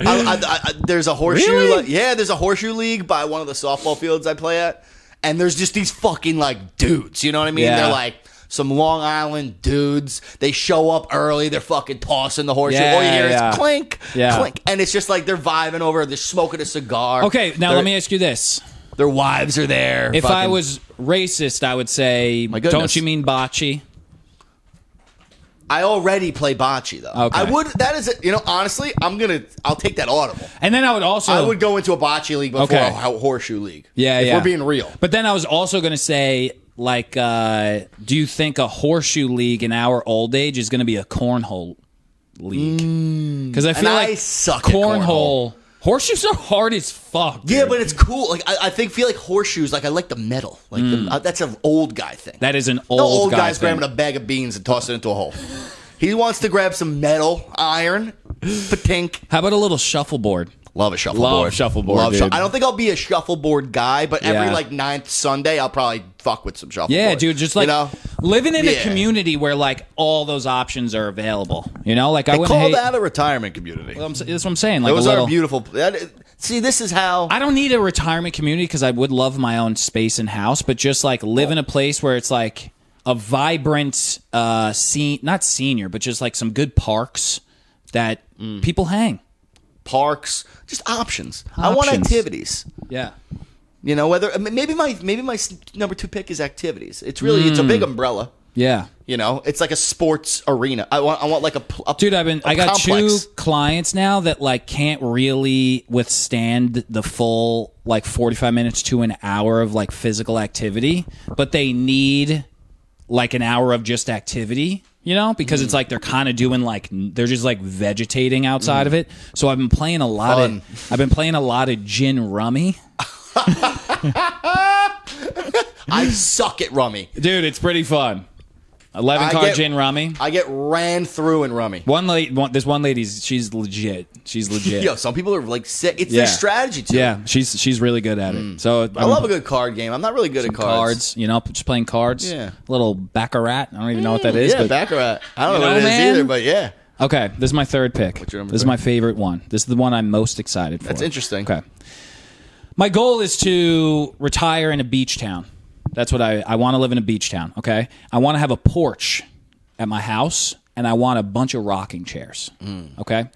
Speaker 1: I, I, I- there's a horseshoe,
Speaker 2: Really?
Speaker 1: like- yeah. There's a horseshoe league by one of the softball fields I play at, and there's just these fucking like dudes. You know what I mean?
Speaker 2: Yeah.
Speaker 1: They're like some Long Island dudes. They show up early. They're fucking tossing the horseshoe.
Speaker 2: Yeah,
Speaker 1: All you hear
Speaker 2: yeah.
Speaker 1: is clink,
Speaker 2: Yeah.
Speaker 1: clink, and it's just like they're vibing over. They're smoking a cigar.
Speaker 2: Okay, now
Speaker 1: Their-
Speaker 2: let me ask you this:
Speaker 1: Their wives are there.
Speaker 2: If I
Speaker 1: fucking-
Speaker 2: was racist, I would say,
Speaker 1: goodness.
Speaker 2: don't you mean bocce?
Speaker 1: I already play bocce though.
Speaker 2: Okay.
Speaker 1: I would. That is, it. you know, honestly, I'm gonna. I'll take that audible.
Speaker 2: And then I would also
Speaker 1: I would go into a bocce league before
Speaker 2: Oh. Okay.
Speaker 1: a ho- horseshoe league.
Speaker 2: Yeah,
Speaker 1: if
Speaker 2: yeah.
Speaker 1: we're being real.
Speaker 2: But then I was also going to say, like, uh, do you think a horseshoe league in our old age is going to be a cornhole league? Because I feel
Speaker 1: Mm. and
Speaker 2: like
Speaker 1: I suck at
Speaker 2: cornhole, horseshoes are hard as fuck.
Speaker 1: Yeah,
Speaker 2: dude.
Speaker 1: but it's cool. Like I, I think, feel like horseshoes. Like I like the metal. Like the, uh, that's an old guy thing.
Speaker 2: Mm. that is an old,
Speaker 1: no old
Speaker 2: guy
Speaker 1: guy's
Speaker 2: thing.
Speaker 1: grabbing a bag of beans and tossing it into a hole. he wants to grab some metal, iron, patink.
Speaker 2: How about a little shuffleboard?
Speaker 1: Love a shuffleboard.
Speaker 2: Love shuffleboard,
Speaker 1: shu-
Speaker 2: dude.
Speaker 1: I don't think I'll be a shuffleboard guy, but every
Speaker 2: Yeah.
Speaker 1: like ninth Sunday, I'll probably fuck with some shuffleboard.
Speaker 2: Yeah, dude, just like
Speaker 1: you know.
Speaker 2: living in a
Speaker 1: Yeah.
Speaker 2: community where like all those options are available. You know, like I
Speaker 1: They
Speaker 2: wouldn't
Speaker 1: call
Speaker 2: hate.
Speaker 1: that a retirement community.
Speaker 2: I'm s- that's what I'm saying. Like
Speaker 1: Those
Speaker 2: a
Speaker 1: are
Speaker 2: little,
Speaker 1: beautiful. that- see, this is how.
Speaker 2: I don't need a retirement community because I would love my own space and house, but just like live in a place where it's like a vibrant uh scene not senior, but just like some good parks that people hang.
Speaker 1: parks, just options. I want
Speaker 2: Options.
Speaker 1: activities.
Speaker 2: Yeah.
Speaker 1: You know, whether I mean, maybe my maybe my s- number two pick is activities. It's really it's a big
Speaker 2: Hmm.
Speaker 1: umbrella.
Speaker 2: Yeah.
Speaker 1: You know, it's like a sports arena. I want I want like a, pl- a
Speaker 2: Dude, I've been
Speaker 1: I
Speaker 2: I got two clients now that like can't really withstand the full like 45 minutes to an hour of like physical activity, but they need like an hour of just activity, you know, because it's like they're kind of doing like n- they're just like vegetating outside of it. So I've been playing a lot
Speaker 1: Fun.
Speaker 2: of I've been playing a lot of gin rummy.
Speaker 1: I suck at rummy.
Speaker 2: Dude, it's pretty fun. 11
Speaker 1: I
Speaker 2: card
Speaker 1: get-
Speaker 2: gin rummy.
Speaker 1: I get ran through in
Speaker 2: (laughs)
Speaker 1: rummy.
Speaker 2: One lady one, this one lady's she's legit. (laughs) She's legit.
Speaker 1: Yo, some people are like sick. It's
Speaker 2: Yeah.
Speaker 1: their strategy too.
Speaker 2: Yeah, she's she's really good at it. So um,
Speaker 1: I love a good card game. I'm not really good at cards.
Speaker 2: cards. You know, just playing cards.
Speaker 1: Yeah. Mm.
Speaker 2: little baccarat. I don't even know what that is.
Speaker 1: Yeah,
Speaker 2: but
Speaker 1: baccarat. I don't know,
Speaker 2: You
Speaker 1: what
Speaker 2: know,
Speaker 1: it is
Speaker 2: man?
Speaker 1: either, but yeah.
Speaker 2: okay, this is my third pick.
Speaker 1: your number
Speaker 2: This is
Speaker 1: three?
Speaker 2: my favorite one. This is the one I'm most excited for.
Speaker 1: That's interesting.
Speaker 2: Okay. my goal is to retire in a beach town. That's what I I want to live in a beach town. Okay, I want to have a porch at my house, and I want a bunch of rocking chairs.
Speaker 1: Mm.
Speaker 2: Okay,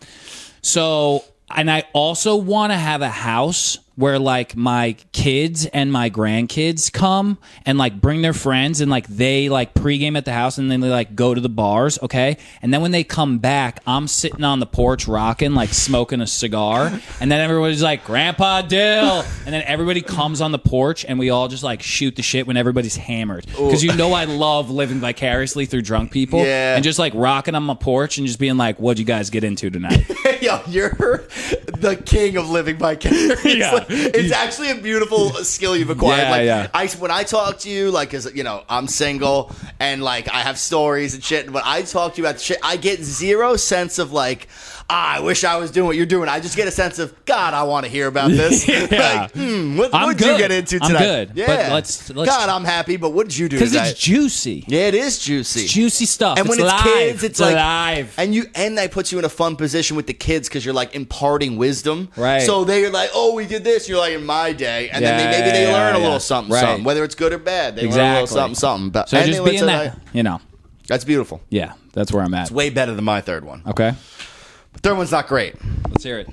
Speaker 2: so and I also want to have a house where like my kids and my grandkids come and like bring their friends and like they like pregame at the house and then they like go to the bars, okay? And then when they come back, I'm sitting on the porch rocking, like smoking a cigar, and then everybody's like, Grandpa Dill and then everybody comes on the porch and we all just like shoot the shit when everybody's hammered. Because you know I love living vicariously through drunk people.
Speaker 1: Yeah.
Speaker 2: And just like rocking on my porch and just being like, What'd you guys get into tonight?
Speaker 1: (laughs) Yo, you're the king of living vicariously. Like,
Speaker 2: (laughs) Yeah.
Speaker 1: it's actually a beautiful skill you've acquired.
Speaker 2: Yeah,
Speaker 1: like,
Speaker 2: yeah.
Speaker 1: I when I talk to you, like, cause you know I'm single and like I have stories and shit. But I talk to you about shit. I get zero sense of like, ah, I wish I was doing what you're doing. I just get a sense of God. I want to hear
Speaker 2: (laughs)
Speaker 1: about this.
Speaker 2: Yeah.
Speaker 1: (laughs) Like, hmm, what
Speaker 2: I'm
Speaker 1: would you
Speaker 2: good.
Speaker 1: get into
Speaker 2: I'm
Speaker 1: tonight?
Speaker 2: good.
Speaker 1: Yeah.
Speaker 2: But let's- let's-
Speaker 1: God, I'm happy. But what did you do
Speaker 2: Because
Speaker 1: tonight?
Speaker 2: it's juicy.
Speaker 1: yeah, it is juicy.
Speaker 2: Juicy stuff.
Speaker 1: And when it's
Speaker 2: live.
Speaker 1: kids, it's, like
Speaker 2: live.
Speaker 1: And you and that puts you in a fun position with the kids because you're like imparting wisdom.
Speaker 2: Right.
Speaker 1: So they're like, oh, we did this. You're like, in my day, and then
Speaker 2: Yeah,
Speaker 1: they, maybe
Speaker 2: yeah,
Speaker 1: they
Speaker 2: yeah,
Speaker 1: learn a
Speaker 2: yeah.
Speaker 1: little something,
Speaker 2: Right.
Speaker 1: something, whether it's good or bad. They learn a little
Speaker 2: Exactly.
Speaker 1: something, something. But
Speaker 2: So
Speaker 1: and
Speaker 2: just
Speaker 1: they went
Speaker 2: being
Speaker 1: to
Speaker 2: that,
Speaker 1: the-
Speaker 2: you know.
Speaker 1: That's beautiful.
Speaker 2: Yeah, that's where I'm at.
Speaker 1: Way better than my third one.
Speaker 2: Okay,
Speaker 1: Third one's not great.
Speaker 2: let's hear it.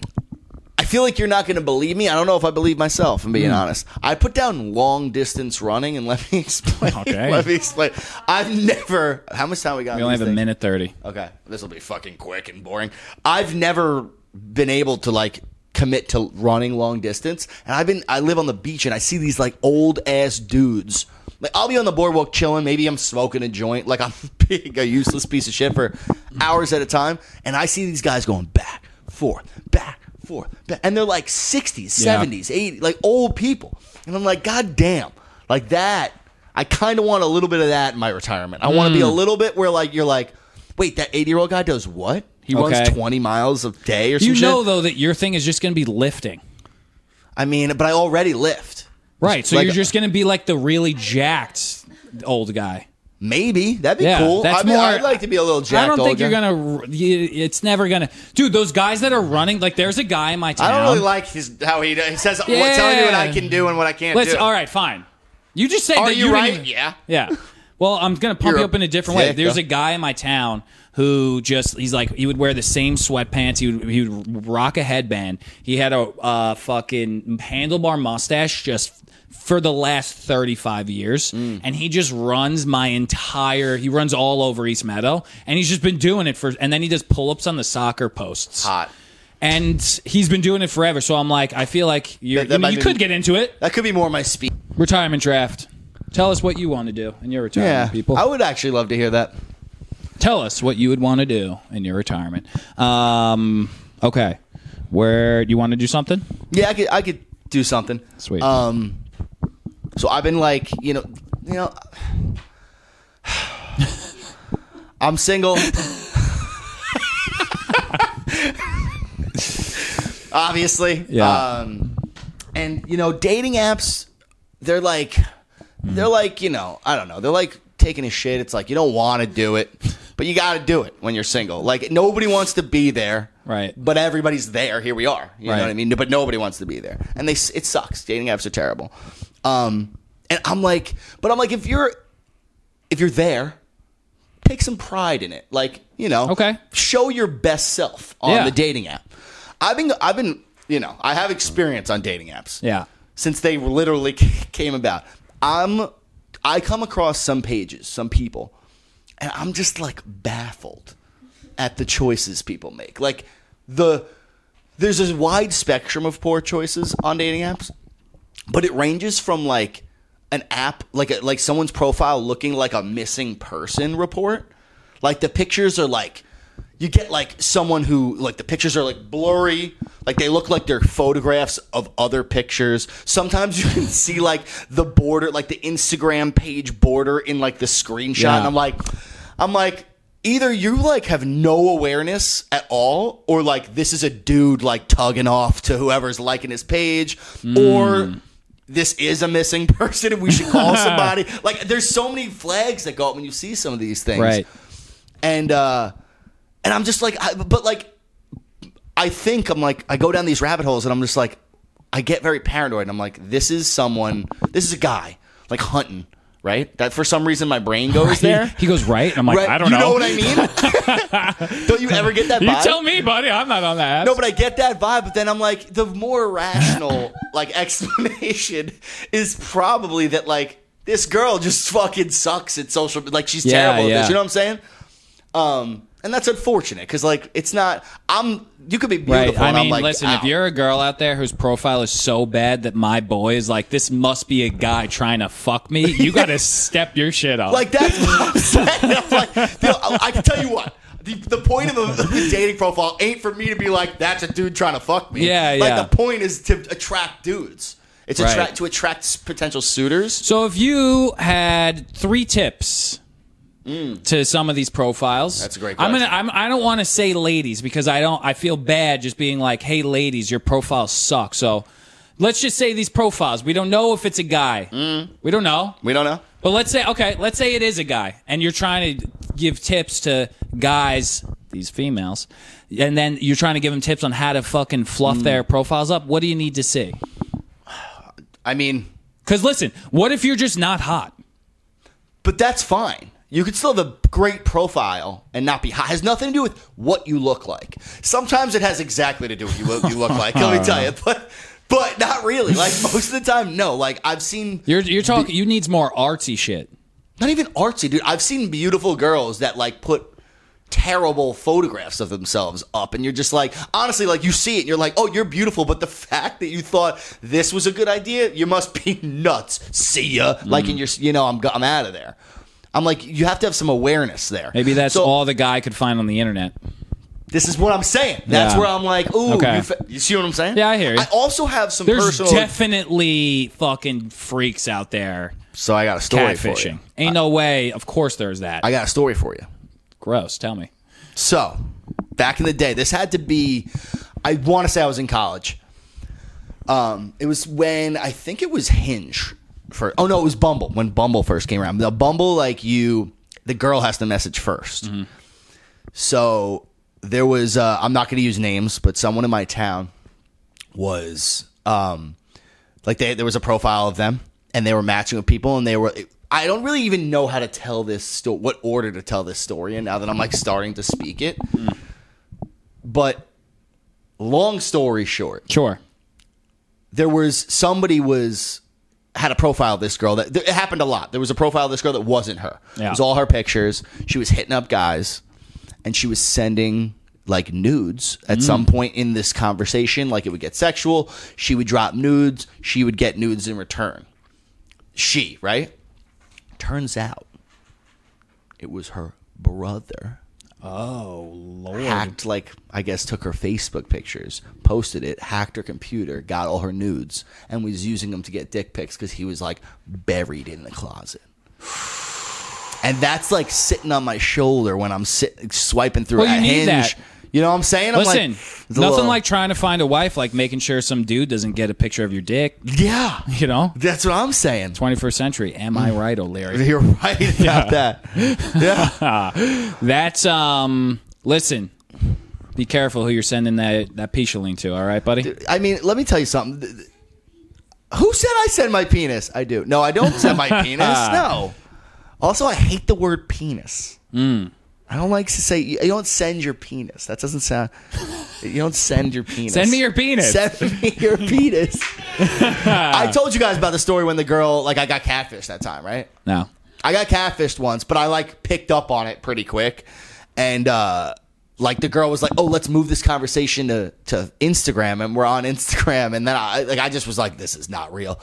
Speaker 1: I feel like you're not going to believe me. I don't know if I believe myself. I'm
Speaker 2: Hmm.
Speaker 1: being honest. I put down long distance running, and let me (laughs) explain.
Speaker 2: Okay.
Speaker 1: Let me explain. I've never. How much time we got?
Speaker 2: We
Speaker 1: on
Speaker 2: only
Speaker 1: these
Speaker 2: have a
Speaker 1: things?
Speaker 2: minute thirty.
Speaker 1: Okay. This will be fucking quick and boring. I've never been able to like commit to running long distance. And I've been I live on the beach and I see these like old ass dudes. Like I'll be on the boardwalk chilling, maybe I'm smoking a joint, like (laughs) I'm being a useless piece of shit for hours at a time, and I see these guys going back, forth, back, forth, back. and they're like 60s,
Speaker 2: Yeah.
Speaker 1: 70s, 80s, like old people. And I'm like, God damn. Like that, I kind of want a little bit of that in my retirement. I want to be a
Speaker 2: Mm.
Speaker 1: little bit where like you're like, wait, that 80 year old guy does what? He runs
Speaker 2: Okay.
Speaker 1: 20 miles a day or some
Speaker 2: You
Speaker 1: shit.
Speaker 2: know though that your thing is just going to be lifting,
Speaker 1: I mean, but I already lift.
Speaker 2: right? So
Speaker 1: Like-
Speaker 2: you're just going to be like the really jacked old guy.
Speaker 1: Maybe that'd be
Speaker 2: Yeah,
Speaker 1: cool. I
Speaker 2: that's
Speaker 1: mean,
Speaker 2: more-
Speaker 1: I'd like to be a little jacked.
Speaker 2: I don't think
Speaker 1: older.
Speaker 2: you're gonna. r- you- It's never gonna, dude. Those guys that are running, like, there's a guy in my
Speaker 1: I
Speaker 2: town.
Speaker 1: don't really like his how he, he says. Well, telling me what I
Speaker 2: Yeah.
Speaker 1: can do and what I can't
Speaker 2: Let's.
Speaker 1: do.
Speaker 2: All right, fine. You just say.
Speaker 1: Are
Speaker 2: that
Speaker 1: you
Speaker 2: didn't
Speaker 1: right?
Speaker 2: even-
Speaker 1: Yeah.
Speaker 2: Yeah. Well, I'm gonna pump
Speaker 1: You're
Speaker 2: you
Speaker 1: a
Speaker 2: up in a different way.
Speaker 1: dick,
Speaker 2: There's
Speaker 1: though.
Speaker 2: a guy in my town who just he's like he would wear the same sweatpants. He would he would rock a headband. He had a uh, fucking handlebar mustache just for the last 35 years
Speaker 1: Mm.
Speaker 2: and he just runs my entire he runs all over east meadow and he's just been doing it for and then he does pull-ups on the soccer posts
Speaker 1: Hot.
Speaker 2: and he's been doing it forever so i'm like i feel like you're,
Speaker 1: That- that
Speaker 2: I mean,
Speaker 1: might
Speaker 2: you
Speaker 1: be-
Speaker 2: could get into it
Speaker 1: That could be more my speed.
Speaker 2: retirement draft. Tell us what you want to do in your retirement,
Speaker 1: Yeah,
Speaker 2: people.
Speaker 1: I would actually love to hear that.
Speaker 2: Tell us what you would want to do in your retirement. Um, okay, where you want to do something?
Speaker 1: Yeah, I could I could do something.
Speaker 2: Sweet.
Speaker 1: Um, so I've been like, you know, you know, (sighs) I'm single. (laughs) Obviously,
Speaker 2: Yeah.
Speaker 1: Um, and you know, dating apps, they're like,
Speaker 2: Hmm.
Speaker 1: they're like, you know, I don't know, they're like taking a shit. It's like you don't want to do it, but you got to do it when you're single. Like nobody wants to be there,
Speaker 2: Right.
Speaker 1: But everybody's there. Here we are. You know
Speaker 2: Right.
Speaker 1: what I mean? But nobody wants to be there, and they it sucks. Dating apps are terrible. Um, and I'm like, but I'm like, if you're if you're there, take some pride in it. Like you know,
Speaker 2: Okay.
Speaker 1: show your best self on
Speaker 2: Yeah.
Speaker 1: the dating app. I've been I've been you know I have experience on dating apps.
Speaker 2: Yeah.
Speaker 1: since they literally (laughs) came about, I'm I come across some pages, some people, and I'm just like baffled at the choices people make. Like the there's a wide spectrum of poor choices on dating apps, but it ranges from like an app, like a, like someone's profile looking like a missing person report. Like the pictures are like you get like someone who like the pictures are like blurry, like they look like they're photographs of other pictures. Sometimes (laughs) you can see like the border, like the Instagram page border in like the screenshot,
Speaker 2: Yeah.
Speaker 1: and I'm like, I'm like. Either you like have no awareness at all, or like this is a dude like tugging off to whoever's liking his page,
Speaker 2: Hmm.
Speaker 1: or this is a missing (laughs) person and we should
Speaker 2: (laughs)
Speaker 1: call somebody. like there's so many flags that go up when you see some of these things.
Speaker 2: Right.
Speaker 1: And uh and I'm just like I, but like I think I'm like I go down these rabbit holes and I'm just like I get very paranoid. And I'm like, this is someone, this is a guy like hunting, right? That for some reason my brain goes there.
Speaker 2: He goes right, and I'm like,
Speaker 1: Right?
Speaker 2: I don't
Speaker 1: you
Speaker 2: know.
Speaker 1: what I mean?
Speaker 2: (laughs)
Speaker 1: don't you ever get that?
Speaker 2: You
Speaker 1: vibe?
Speaker 2: tell me, buddy. I'm not on that.
Speaker 1: No, but I get that vibe. But then I'm like, the more rational like (laughs) explanation is probably that like this girl just fucking sucks at social. Like she's
Speaker 2: Yeah,
Speaker 1: terrible. At
Speaker 2: yeah.
Speaker 1: this, you know what I'm saying? Um, and that's unfortunate because like it's not. I'm. You could be beautiful.
Speaker 2: Right. I
Speaker 1: and I'm
Speaker 2: mean,
Speaker 1: like,
Speaker 2: listen, if
Speaker 1: "Ow."
Speaker 2: you're a girl out there whose profile is so bad that my boy is like, this must be a guy trying to fuck me, you
Speaker 1: (laughs)
Speaker 2: got to step your shit up.
Speaker 1: Like that's what I'm saying. I'm like, dude, I, I can tell you what. The, the point of a, the dating profile ain't for me to be like, that's a dude trying to fuck me.
Speaker 2: Yeah,
Speaker 1: like,
Speaker 2: yeah.
Speaker 1: the point is to attract dudes. It's
Speaker 2: Right.
Speaker 1: attract to attract s- potential suitors.
Speaker 2: so if you had three tips. To some of these profiles,
Speaker 1: Mm. That's a great
Speaker 2: I'm gonna.
Speaker 1: question.
Speaker 2: I'm, I don't want to say ladies because I don't. I feel bad just being like, "Hey, ladies, your profile sucks." So, let's just say these profiles. We don't know if it's a guy.
Speaker 1: Mm.
Speaker 2: We don't know.
Speaker 1: We don't know.
Speaker 2: But let's say okay, let's say it is a guy, and you're trying to give tips to guys, these females, and then you're trying to give them tips on how to fucking fluff
Speaker 1: Mm.
Speaker 2: their profiles up. What do you need to see?
Speaker 1: I mean,
Speaker 2: Because listen, what if you're just not hot?
Speaker 1: but that's fine. You could still have a great profile and not be hot. It has nothing to do with what you look like. Sometimes it has exactly to do with you- what you look like. Let
Speaker 2: (laughs)
Speaker 1: me tell you, but but not really. Like most of the time, no. Like I've seen
Speaker 2: You're you're talking. You needs more artsy shit.
Speaker 1: not even artsy, dude. I've seen beautiful girls that like put terrible photographs of themselves up, and you're just like, honestly, like you see it, and you're like, oh, you're beautiful, but the (laughs) fact that you thought this was a good idea, you must be (laughs) nuts. See ya, like,
Speaker 2: Mm.
Speaker 1: and you're, you know, I'm, go- I'm out of there. I'm like, you have to have some awareness there.
Speaker 2: Maybe that's
Speaker 1: So,
Speaker 2: all the guy could find on the internet.
Speaker 1: This is what I'm saying. That's
Speaker 2: Yeah.
Speaker 1: where I'm like, ooh,
Speaker 2: Okay.
Speaker 1: you, fa- you see what I'm saying?
Speaker 2: Yeah, I hear you.
Speaker 1: I also have some
Speaker 2: There's
Speaker 1: personal.
Speaker 2: definitely fucking freaks out there
Speaker 1: so I got a story for you.
Speaker 2: catfishing. Ain't no way. Of course, there's that.
Speaker 1: I got a story for you.
Speaker 2: Gross. Tell me.
Speaker 1: So, back in the day, this had to be, I want to say I was in college. Um, it was when I think it was Hinge. For, oh no, it was Bumble when Bumble first came around. The Bumble, like you, the girl has to message 1st So there was, uh, I'm not going to use names, but someone in my town was um like they there was a profile of them and they were matching with people and they were I don't really even know how to tell this story what order to tell this story and now that I'm like starting to speak it but long story short
Speaker 2: Sure.
Speaker 1: there was somebody was had a profile of this girl that it happened a lot. There was a profile of this girl that wasn't her.
Speaker 2: Yeah.
Speaker 1: It was all her pictures. She was hitting up guys, and she was sending like nudes at some point in this conversation. Like it would get sexual. She would drop nudes. She would get nudes in return. She right. Turns out, it was her brother
Speaker 2: Oh lord.
Speaker 1: hacked like I guess took her Facebook pictures, posted it, hacked her computer, got all her nudes, and was using them to get dick pics because he was like buried in the closet. And that's like sitting on my shoulder when I'm sit- swiping through
Speaker 2: Well,
Speaker 1: a
Speaker 2: you need
Speaker 1: hinge.
Speaker 2: that.
Speaker 1: You know what I'm saying? I'm
Speaker 2: Listen,
Speaker 1: like, it's a
Speaker 2: nothing
Speaker 1: little-
Speaker 2: like trying to find a wife, like making sure some dude doesn't get a picture of your dick. (laughs)
Speaker 1: yeah.
Speaker 2: You know,
Speaker 1: That's what I'm saying. (laughs)
Speaker 2: 21st century. Am I right, O'Leary?
Speaker 1: You're
Speaker 2: (laughs)
Speaker 1: right about that. Yeah.
Speaker 2: That's um. Listen, be careful who you're sending that that picheline to. All right, buddy.
Speaker 1: I mean, let me tell you something. Th- th- Who said I send my penis? I do. No, I don't send my
Speaker 2: (laughs)
Speaker 1: penis. No. Also, I hate the word penis.
Speaker 2: Hmm.
Speaker 1: I don't like to say you you don't send your penis. That doesn't sound. You don't send your penis.
Speaker 2: Send me your penis.
Speaker 1: Send me
Speaker 2: (laughs)
Speaker 1: your penis. I told you guys about the story when the girl like I got catfished that time, right?
Speaker 2: No.
Speaker 1: I got catfished once, but I like picked up on it pretty quick. And uh like the girl was like, "Oh, let's move this conversation to to Instagram." And we're on (laughs) Instagram and then I like I just was like, "This is not real."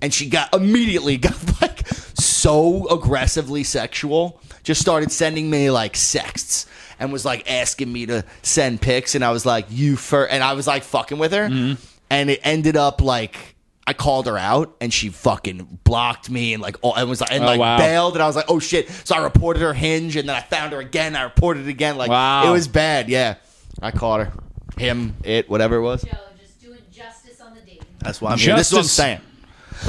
Speaker 1: And she got immediately (laughs) got like so aggressively sexual. Just started sending me like sexts and was like asking me to send pics and I was like, "You fur," and I was like fucking with her.
Speaker 2: Mm-hmm.
Speaker 1: And it ended up like I called her out and she fucking blocked me and like all and was like and
Speaker 2: Oh,
Speaker 1: like
Speaker 2: wow.
Speaker 1: bailed and I was like, oh shit. So I reported her hinge and then I found her again. I reported it again. Like
Speaker 2: Wow.
Speaker 1: it was bad. Yeah. I caught her. Him, it, whatever it was.
Speaker 3: Joe, just doing justice on the date.
Speaker 1: That's why I'm here. This is what I'm
Speaker 2: Justice.
Speaker 1: saying.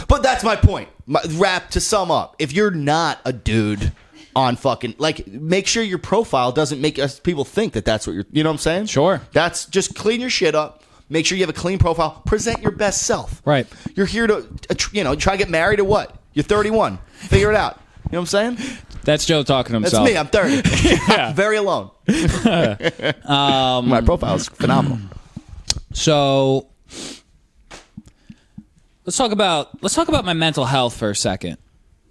Speaker 1: But that's my point. My, wrap to sum up. If you're not a dude on fucking like, make sure your profile doesn't make us people think that that's what you're. You know what I'm saying?
Speaker 2: Sure.
Speaker 1: That's just clean your shit up. Make sure you have a clean profile. Present your best self.
Speaker 2: Right.
Speaker 1: You're here to, att- you know, try to get married or what? You're 31. Figure it out. You know what I'm saying?
Speaker 2: That's Joe talking to
Speaker 1: That's
Speaker 2: himself.
Speaker 1: me. I'm (laughs) 30. I'm very (laughs) alone. My profile is phenomenal.
Speaker 2: So let's talk about let's talk about my mental health for a second.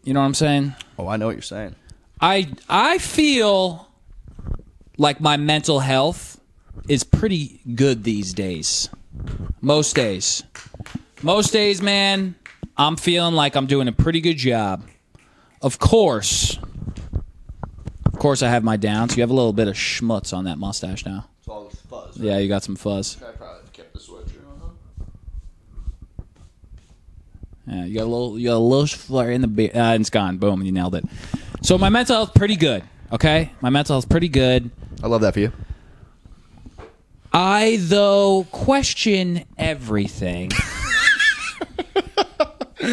Speaker 2: You know what I'm saying?
Speaker 1: Oh, I know what you're saying.
Speaker 2: I I feel like my mental health is pretty good these days. Most days. Most days, man, I'm feeling like I'm doing a pretty good job. Of course. Of course I have my downs. You have a little bit of schmutz on that mustache now.
Speaker 1: It's all this fuzz.
Speaker 2: Yeah, you got some fuzz.
Speaker 1: I probably kept the sweatshirt on.
Speaker 2: Yeah, you got a little, you got a little flare in the beard, uh, and it's gone. Boom, you nailed it. So my mental health pretty good. Okay, my mental health pretty good.
Speaker 1: I love that for you.
Speaker 2: I though question everything. (laughs)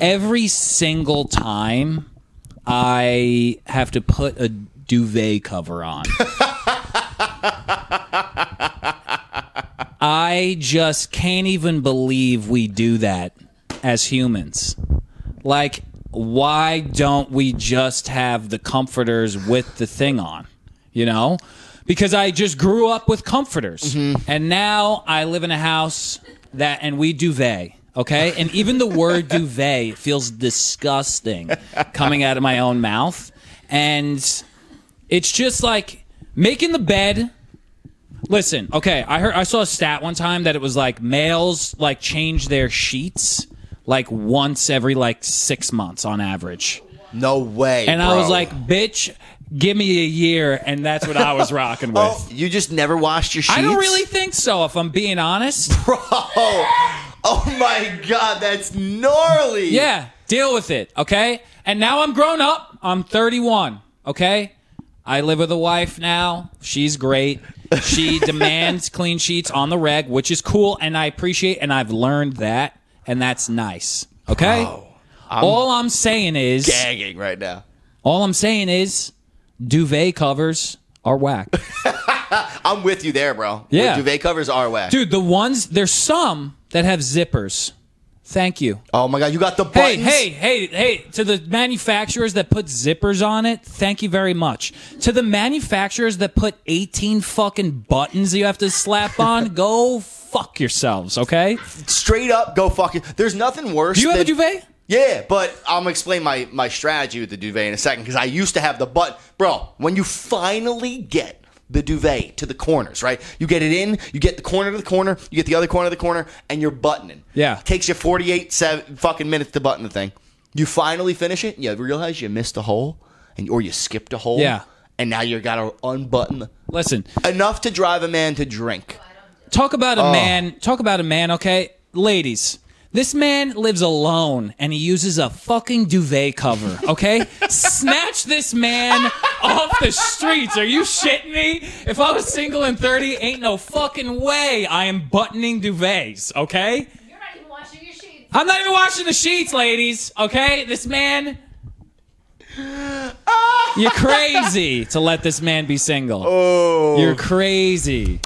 Speaker 2: Every single time I have to put a duvet cover on. (laughs) I just can't even believe we do that as humans. Like why don't we just have the comforters with the thing on? You know? Because I just grew up with comforters. And now I live in a house that and we duvet. Okay? And even the word duvet feels disgusting coming out of my own mouth. And it's just like making the bed. Listen, okay, I heard I saw a stat one time that it was like males like change their sheets like once every like 6 months on average.
Speaker 1: No way.
Speaker 2: And I
Speaker 1: bro.
Speaker 2: was like, "Bitch, give me a year." And that's what I was
Speaker 1: (laughs)
Speaker 2: rocking with.
Speaker 1: oh, you just never washed your sheets?
Speaker 2: I don't really think so if I'm being honest.
Speaker 1: Oh, oh my God, that's gnarly.
Speaker 2: yeah, deal with it, okay? And now I'm grown up. I'm 31, okay? I live with a wife now. She's great. She demands clean sheets on the reg, which is cool and I appreciate and I've learned that and that's nice. Okay? all I'm saying is
Speaker 1: Gagging Oh, right now.
Speaker 2: all I'm saying is duvet covers are whack.
Speaker 1: I'm with you there, bro.
Speaker 2: Yeah.
Speaker 1: The duvet covers are whack.
Speaker 2: Dude, the ones there's some that have zippers. Thank you.
Speaker 1: Oh my God, you got the
Speaker 2: Hey,
Speaker 1: buttons.
Speaker 2: hey, hey, hey, to the manufacturers that put zippers on it, thank you very much. To the manufacturers that put 18 fucking buttons you have to slap on, go fuck yourselves, okay?
Speaker 1: Straight up, go fucking. There's nothing worse.
Speaker 2: Do you have a
Speaker 1: than-
Speaker 2: duvet?
Speaker 1: Yeah, but I'm gonna explain my my strategy with the duvet in a second because I used to have the button, bro. When you finally get the duvet to the corners, right? You get it in, you get the corner to the corner, you get the other corner to the corner, and you're buttoning.
Speaker 2: Yeah.
Speaker 1: takes you 48 seven, fucking minutes to button the thing. You finally finish it, and you realize you missed a hole, and or you skipped a hole.
Speaker 2: Yeah.
Speaker 1: and now you gotta unbutton the-
Speaker 2: Listen,
Speaker 1: enough to drive a man to drink.
Speaker 2: talk about a
Speaker 1: Oh.
Speaker 2: man, talk about a man, okay? Ladies, this man lives alone and he uses a fucking duvet cover,
Speaker 1: (laughs)
Speaker 2: okay? Snatch this man off the streets. Are you shitting me? If I was single and 30, ain't no fucking way I am buttoning duvets, okay?
Speaker 3: You're not even washing your sheets.
Speaker 2: I'm not even washing the sheets, ladies. Okay, this man.
Speaker 1: (laughs)
Speaker 2: You're crazy to let this man be single. Oh, you're crazy.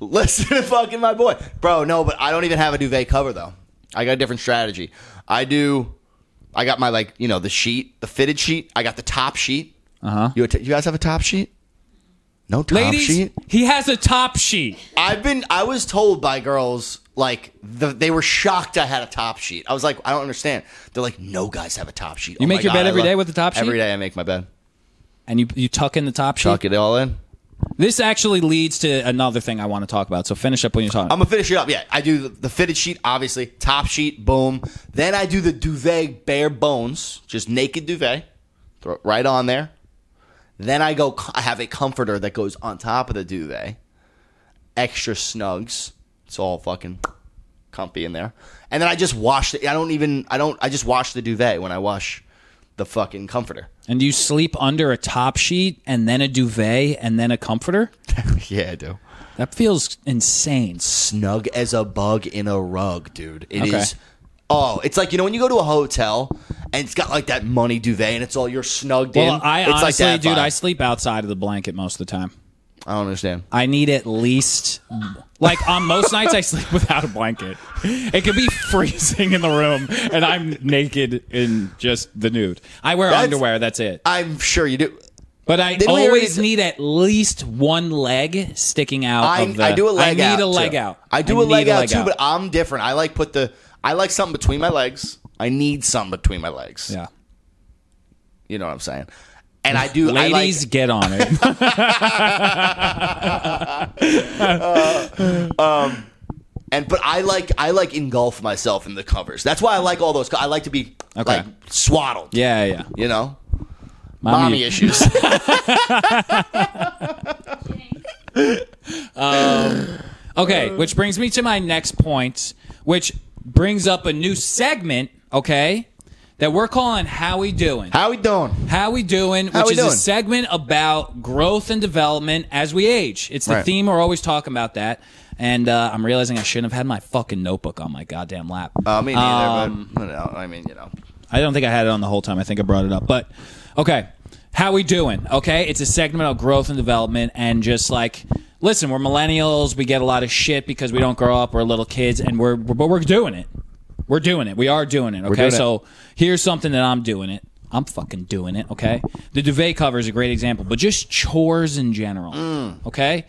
Speaker 1: Listen to fucking my boy. Bro, no, but I don't even have a duvet cover though. I got a different strategy. I do I got my like, you know, the sheet, the fitted sheet. I got the top sheet. Uh-huh. You you guys have a top sheet? No top
Speaker 2: Ladies,
Speaker 1: sheet?
Speaker 2: he has a top sheet.
Speaker 1: I've been I was told by girls like the, they were shocked I had a top sheet. I was like, I don't understand. They're like, no guys have a top sheet. Oh You
Speaker 2: make your bed every day with the top sheet?
Speaker 1: Every day I make my bed.
Speaker 2: And you you tuck in the top sheet.
Speaker 1: Tuck it all in.
Speaker 2: This actually leads to another thing I want to talk about. So finish up when you're talking.
Speaker 1: I'm gonna finish it up. Yeah, I do the, the fitted sheet, obviously, top sheet, boom. Then I do the duvet bare bones, just naked duvet, throw it right on there. Then I go. I have a comforter that goes on top of the duvet, extra snugs. It's all fucking comfy in there. And then I just wash the. I don't even. I don't. I just wash the duvet when I wash the fucking comforter.
Speaker 2: and you sleep under a top sheet and then a duvet and then a comforter.
Speaker 1: (laughs) yeah, I do.
Speaker 2: That feels insane.
Speaker 1: snug as a bug in a rug, dude. It is.
Speaker 2: Okay.
Speaker 1: Oh, it's like you know when you go to a hotel and it's got like that money duvet and it's all you're snugged in.
Speaker 2: Well, I
Speaker 1: it's
Speaker 2: honestly,
Speaker 1: like that
Speaker 2: dude,
Speaker 1: vibe.
Speaker 2: I sleep outside of the blanket most of the time.
Speaker 1: I don't understand.
Speaker 2: I need at least like on most nights I sleep (laughs) without a blanket. It could be freezing in the room and I'm naked in just the nude. I wear
Speaker 1: That's-
Speaker 2: underwear, that's it.
Speaker 1: I'm sure you do.
Speaker 2: But I
Speaker 1: Didn't we already
Speaker 2: always
Speaker 1: d-
Speaker 2: need at least one leg sticking out
Speaker 1: I,
Speaker 2: of the
Speaker 1: I do a leg
Speaker 2: I
Speaker 1: out.
Speaker 2: need a leg
Speaker 1: too.
Speaker 2: out.
Speaker 1: I do
Speaker 2: a
Speaker 1: a leg out too, but I'm different. I like put the I like something between my legs. I need something between my legs.
Speaker 2: yeah.
Speaker 1: You know what I'm saying? And I do I like,
Speaker 2: Ladies, get on
Speaker 1: (laughs)
Speaker 2: it.
Speaker 1: And but I like I like engulf myself in the covers. That's why I like all those. co- I like to be
Speaker 2: Okay.
Speaker 1: like swaddled.
Speaker 2: yeah, yeah.
Speaker 1: You know,
Speaker 2: Mommy-
Speaker 1: mommy issues.
Speaker 2: (laughs) Okay, which brings me to my next point, which brings up a new segment, okay, that we're calling How We Doing.
Speaker 1: How we doing?
Speaker 2: How We Doing,
Speaker 1: How
Speaker 2: which
Speaker 1: we
Speaker 2: is a
Speaker 1: doing?
Speaker 2: segment about growth and development as we age. It's the
Speaker 1: Right.
Speaker 2: theme we're always talking about that. And uh, I'm realizing I shouldn't have had my fucking notebook on my goddamn lap.
Speaker 1: Uh, me neither.
Speaker 2: Um,
Speaker 1: but you know, I mean, you know,
Speaker 2: I don't think I had it on the whole time. I think I brought it up. But okay, how we doing? Okay, it's a segment of growth and development, and just like listen, we're millennials. We get a lot of shit because we don't grow up. We're little kids, and we're but we're doing it. We're doing it. We are doing it. Okay,
Speaker 1: doing it.
Speaker 2: so here's something that I'm doing it. I'm fucking doing it. Okay, the duvet cover is a great example, but just chores in general.
Speaker 1: Mm.
Speaker 2: Okay,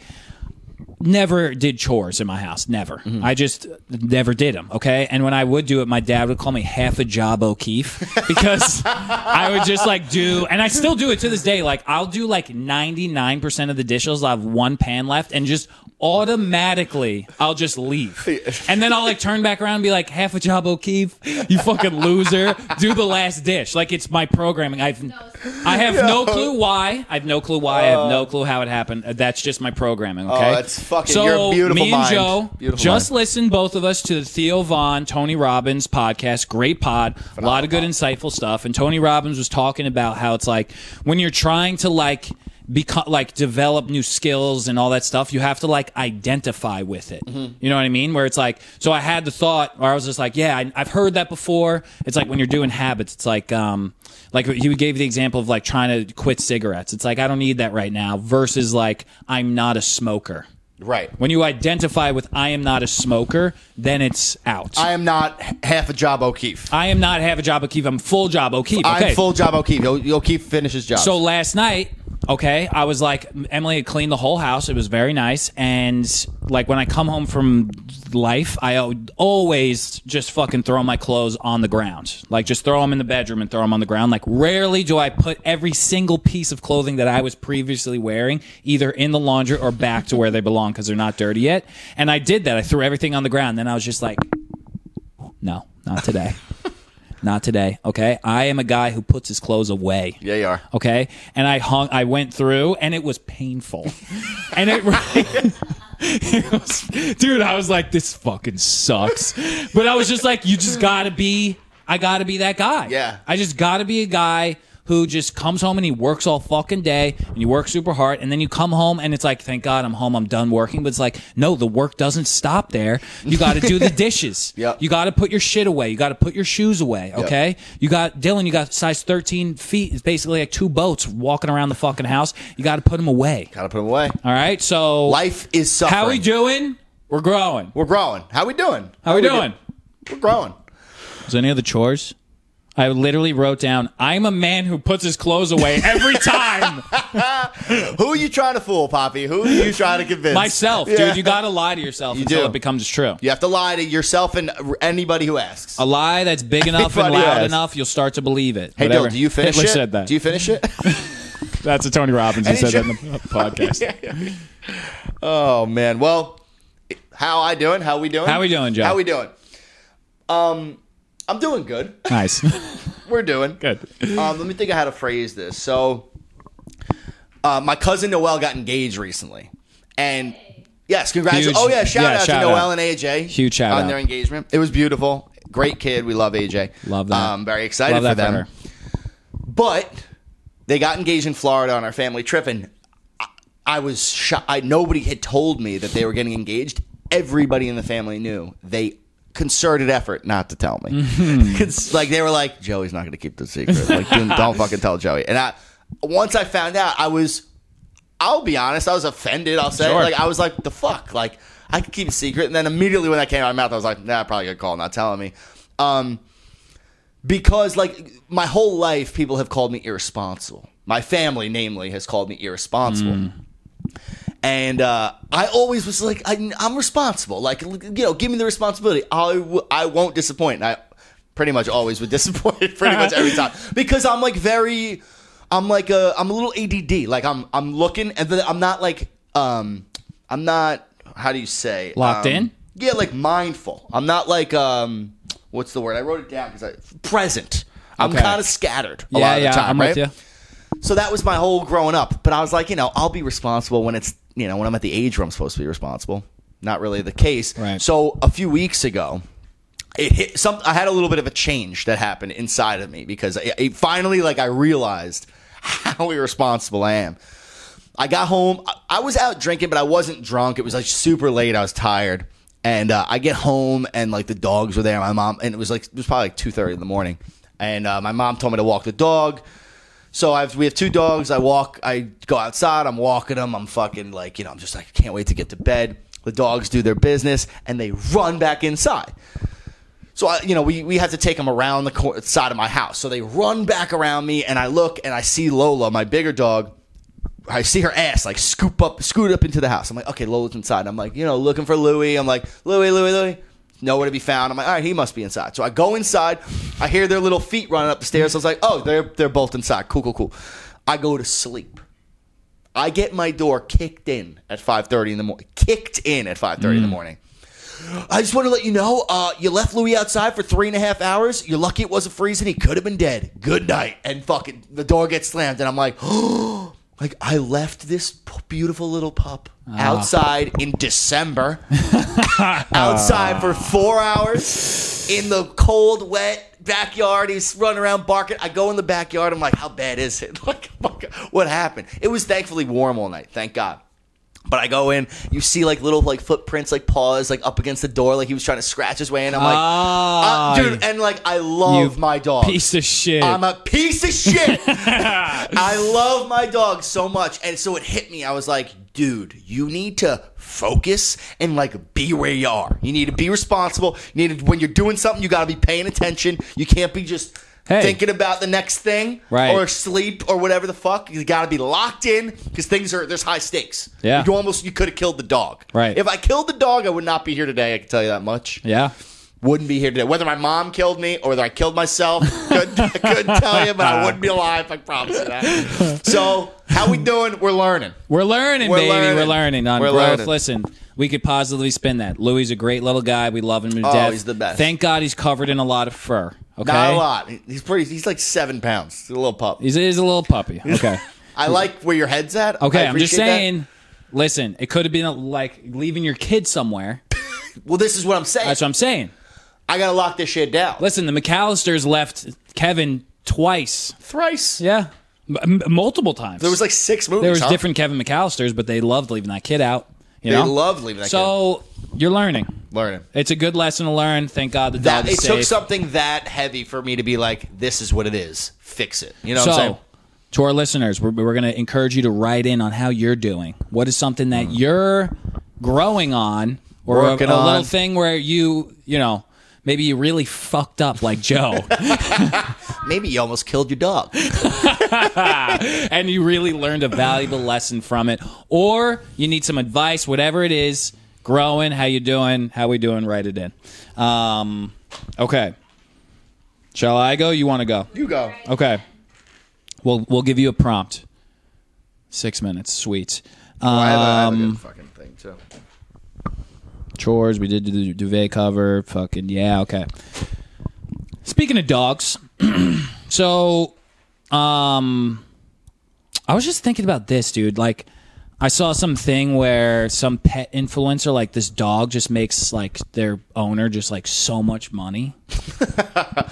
Speaker 2: never did chores in my house. Never. I just never did them. Okay. And when I would do it, my dad would call me half a job O'Keefe because I would just like do, and I still do it to this day. Like I'll do like 99% of the dishes. I'll have one pan left and just automatically I'll just leave. And then I'll like turn back around and be like, half a job O'Keefe, you fucking loser. Do the last dish. Like it's my programming. I've, I have no clue why. I have no clue why. I have no clue how it happened. That's just my programming. Okay.
Speaker 1: that's Oh, fucking-
Speaker 2: so
Speaker 1: you're a beautiful
Speaker 2: me and
Speaker 1: mind.
Speaker 2: Joe
Speaker 1: Beautiful
Speaker 2: just
Speaker 1: mind.
Speaker 2: listen, both of us, to the Theo Vaughn, Tony Robbins podcast. Great pod, a lot of good, insightful stuff. And Tony Robbins was talking about how it's like when you're trying to like become like develop new skills and all that stuff, you have to like identify with it. You know what I mean? Where it's like, so I had the thought, where I was just like, yeah, I, I've heard that before. It's like when you're doing habits, it's like, um, like he gave the example of like trying to quit cigarettes. It's like I don't need that right now. Versus like I'm not a smoker.
Speaker 1: right.
Speaker 2: When you identify with I am not a smoker, then it's out. I,
Speaker 1: I am not h- half a job O'Keefe.
Speaker 2: am not have a job O'Keefe. I'm full job O'Keefe. Uh, Okay.
Speaker 1: I'm full job O'Keefe. O- O'Keefe finishes job.
Speaker 2: So last night, okay, I was like, Emily had cleaned the whole house. It was very nice. And like when I come home from life, I al- always just fucking throw my clothes on the ground. Like just throw them in the bedroom and throw them on the ground. Like rarely do I put every single piece of clothing that I was previously wearing either in the laundry or back to where they belong because they're not dirty yet. And I did that. I threw everything on the ground. Then I was just like, no, not today. Not today, okay? I am a guy who puts his clothes away
Speaker 1: yeah, you are.
Speaker 2: okay and i hung i went through and it was
Speaker 1: (laughs)
Speaker 2: painful and it, (laughs) it was- dude i was like this fucking sucks but i was just like you just gotta be i gotta be that guy
Speaker 1: Yeah.
Speaker 2: i just gotta be a guy who just comes home and he works all fucking day and you work super hard and then you come home and it's like thank god i'm home i'm done working but it's like no the work doesn't stop there you gotta
Speaker 1: (laughs)
Speaker 2: do the dishes
Speaker 1: Yep.
Speaker 2: you gotta put your shit away you gotta put your shoes away okay Okay? You got Dylan, you got size 13 feet. It's basically like two boats walking around the fucking house. You got to put them away.
Speaker 1: Gotta put them away.
Speaker 2: All right. So,
Speaker 1: Life is suffering.
Speaker 2: how we doing? We're growing.
Speaker 1: We're growing. How we doing?
Speaker 2: How we
Speaker 1: do-
Speaker 2: doing?
Speaker 1: We're growing.
Speaker 2: Was there any other chores? I literally wrote down, I'm a man who puts his clothes away
Speaker 1: (laughs)
Speaker 2: every time.
Speaker 1: Who are you trying to fool, Poppy? Who are you trying to convince?
Speaker 2: Myself,
Speaker 1: Yeah.
Speaker 2: dude. You got to lie to yourself
Speaker 1: You
Speaker 2: until
Speaker 1: do.
Speaker 2: it becomes true.
Speaker 1: You have to lie to yourself and r- anybody who asks.
Speaker 2: A lie that's big enough and
Speaker 1: Funny
Speaker 2: loud
Speaker 1: ass.
Speaker 2: enough, you'll start to believe it.
Speaker 1: hey, Dill, do you finish
Speaker 2: Hitler
Speaker 1: it?
Speaker 2: said that.
Speaker 1: Do you finish it?
Speaker 2: That's a Tony Robbins. He
Speaker 1: Any
Speaker 2: said that in
Speaker 1: joke-
Speaker 2: the podcast.
Speaker 1: (laughs) oh man. Well, how I doing? How we doing?
Speaker 2: How we doing, Joe?
Speaker 1: How we doing? Um, I'm doing good.
Speaker 2: Nice.
Speaker 1: We're doing
Speaker 2: (laughs) Good.
Speaker 1: Um, let me think of how to phrase this. So, uh, my cousin Noel got engaged recently, and yes, congratulations!
Speaker 2: Huge-
Speaker 1: Oh yeah, shout
Speaker 2: yeah,
Speaker 1: out
Speaker 2: shout
Speaker 1: to Noel
Speaker 2: out.
Speaker 1: and AJ.
Speaker 2: Huge shout
Speaker 1: on
Speaker 2: out.
Speaker 1: their engagement. It was beautiful. Great kid. We love AJ.
Speaker 2: Love that.
Speaker 1: Um, very excited
Speaker 2: Love that
Speaker 1: for them.
Speaker 2: for her.
Speaker 1: But they got engaged in Florida on our family trip, and I, I was shocked. I, nobody had told me that they were getting engaged. Everybody in the family knew. They concerted effort not to tell me. (laughs) 'Cause, like they were like, Joey's not going to keep the secret. Like, don't, don't fucking tell Joey. And I, once I found out, I was I'll be honest, I was offended. I'll say,
Speaker 2: Sure.
Speaker 1: like, I was like, the fuck, like, I could keep a secret. And then immediately when that came out of my mouth, I was like, nah, probably good call, not telling me. Um, because like my whole life, people have called me irresponsible. My family, namely, has called me irresponsible. And uh, I always was like, I, I'm responsible. Like, you know, give me the responsibility. I, w- I won't disappoint. And I pretty much always would (laughs) disappoint pretty much every
Speaker 2: (laughs)
Speaker 1: time because I'm like very, I'm like a, I'm a little ADD. Like I'm, I'm looking and then I'm not like, um, I'm not, how do you say?
Speaker 2: Locked
Speaker 1: um,
Speaker 2: in?
Speaker 1: Yeah, like mindful. I'm not like, um, what's the word? I wrote it down because I, present. I'm
Speaker 2: Okay.
Speaker 1: kind of scattered a
Speaker 2: yeah,
Speaker 1: lot of
Speaker 2: yeah,
Speaker 1: the time,
Speaker 2: I'm
Speaker 1: right?
Speaker 2: with you.
Speaker 1: So that was my whole growing up. But I was like, you know, I'll be responsible when it's, you know, when I'm at the age where I'm supposed to be responsible. Not really the case.
Speaker 2: Right.
Speaker 1: So a few weeks ago, it hit some. I had a little bit of a change that happened inside of me because it, it finally, like, I realized (laughs) how irresponsible I am. I got home. I- I was out drinking, but I wasn't drunk. It was like super late. I was tired, and uh, I get home and like the dogs were there. My mom and it was like it was probably like two thirty in the morning, and uh, my mom told me to walk the dog. So I've we have two dogs. I walk. I go outside. I'm walking them. I'm fucking like you know. I'm just like I can't wait to get to bed. The dogs do their business and they run back inside. So I, you know, we we had to take them around the cor- side of my house. So they run back around me, and I look and I see Lola, my bigger dog. I see her ass like scoop up, scoot up into the house. I'm like, okay, Lola's inside. I'm like, you know, looking for Louie. I'm like, Louie, Louie, Louie. Nowhere to be found. I'm like, all right, he must be inside. So I go inside. I hear their little feet running up the stairs. I was like, oh, they're they're both inside. Cool, cool, cool. I go to sleep. I get my door kicked in at 5:30 in the morning. Kicked in at 5:30 in the morning. I just want to let you know, uh, you left Louis outside for three and a half hours. You're lucky it wasn't freezing. He could have been dead. Good night. And fucking the door gets slammed, and I'm like, (gasps) "Oh, like I left this p- beautiful little pup
Speaker 2: Ah.
Speaker 1: outside in
Speaker 2: (laughs)
Speaker 1: December, outside for four hours in the cold, wet backyard. He's running around barking. I go in the backyard. I'm like, how bad is it? (laughs) Like, fuck, what happened? It was thankfully warm all night. Thank God. But I go in, you see like little like footprints, like paws, like up against the door, like he was trying to scratch his way in. I'm like,
Speaker 2: Ah,
Speaker 1: uh, dude, and like I love
Speaker 2: you
Speaker 1: my dog.
Speaker 2: Piece of shit.
Speaker 1: I'm a piece of
Speaker 2: (laughs)
Speaker 1: shit. I love my dog so much, and so it hit me. I was like, dude, you need to focus and like be where you are. You need to be responsible. You need to, when you're doing something, you got to be paying attention. You can't be just.
Speaker 2: Hey.
Speaker 1: Thinking about the next thing,
Speaker 2: Right.
Speaker 1: or sleep, or whatever the fuck, you got to be locked in because things are there's high stakes.
Speaker 2: Yeah.
Speaker 1: you almost you could have killed the dog.
Speaker 2: Right.
Speaker 1: If I killed the dog, I would not be here today. I can tell you that much
Speaker 2: yeah.
Speaker 1: wouldn't be here today. Whether my mom killed me or whether I killed myself, couldn't, (laughs) couldn't tell you, but I wouldn't be alive. I promise you that. So, how we doing? We're learning.
Speaker 2: We're learning,
Speaker 1: We're
Speaker 2: baby.
Speaker 1: learning.
Speaker 2: We're learning on
Speaker 1: We're
Speaker 2: growth.
Speaker 1: learning.
Speaker 2: Listen, we could positively spin that. Louis is a great little guy. We love him to
Speaker 1: Oh,
Speaker 2: death.
Speaker 1: he's the best.
Speaker 2: Thank God he's covered in a lot of fur. Okay,
Speaker 1: Not a lot. He- He's pretty. He's like seven pounds. He's a little pup.
Speaker 2: He's, he's a little puppy. Okay,
Speaker 1: (laughs) I like where your head's at. I
Speaker 2: okay. I'm just
Speaker 1: appreciate that.
Speaker 2: saying. Listen, it could have been like leaving your kid somewhere.
Speaker 1: Well, this is what I'm saying.
Speaker 2: That's what I'm saying.
Speaker 1: I gotta lock this shit down.
Speaker 2: Listen, the McAllisters left Kevin twice.
Speaker 1: Thrice.
Speaker 2: Yeah, M- m- multiple times.
Speaker 1: There was like six movies.
Speaker 2: there was
Speaker 1: huh?
Speaker 2: different Kevin McAllisters, but they loved leaving that kid out. You
Speaker 1: They
Speaker 2: know?
Speaker 1: loved leaving that
Speaker 2: so you're learning.
Speaker 1: learning.
Speaker 2: It's a good lesson to learn. Thank God the
Speaker 1: That
Speaker 2: dog
Speaker 1: it
Speaker 2: is
Speaker 1: took
Speaker 2: safe.
Speaker 1: something that heavy for me to be like, this is what it is. Fix it. You know what I'm saying?
Speaker 2: so, to our listeners, we're, we're going to encourage you to write in on how you're doing. What is something that you're growing on, or a,
Speaker 1: Mm. Working
Speaker 2: a
Speaker 1: on.
Speaker 2: little thing where you, you know, maybe you really fucked up
Speaker 1: (laughs)
Speaker 2: like Joe,
Speaker 1: Maybe you almost killed your dog.
Speaker 2: and you really learned a valuable lesson from it, or you need some advice, whatever it is. Growing, how you doing? How we doing? Write it in. Um, okay. Shall I go? You want to go?
Speaker 1: You go.
Speaker 2: Okay. We'll we'll give you a prompt. Six minutes, sweet.
Speaker 1: I have a- I have a
Speaker 2: Um,
Speaker 1: good fucking thing too.
Speaker 2: chores. We did do the duvet cover. Fucking yeah. Okay. Speaking of dogs, (clears throat) so um, I was just thinking about this, dude. Like, I saw some thing where some pet influencer, like this dog, just makes like their owner just like so much money,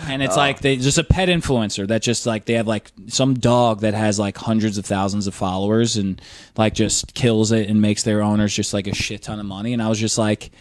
Speaker 2: and it's like they just a pet influencer that just like they have like some dog that has like hundreds of thousands of followers and like just kills it and makes their owners just like a shit ton of money. And I was just like,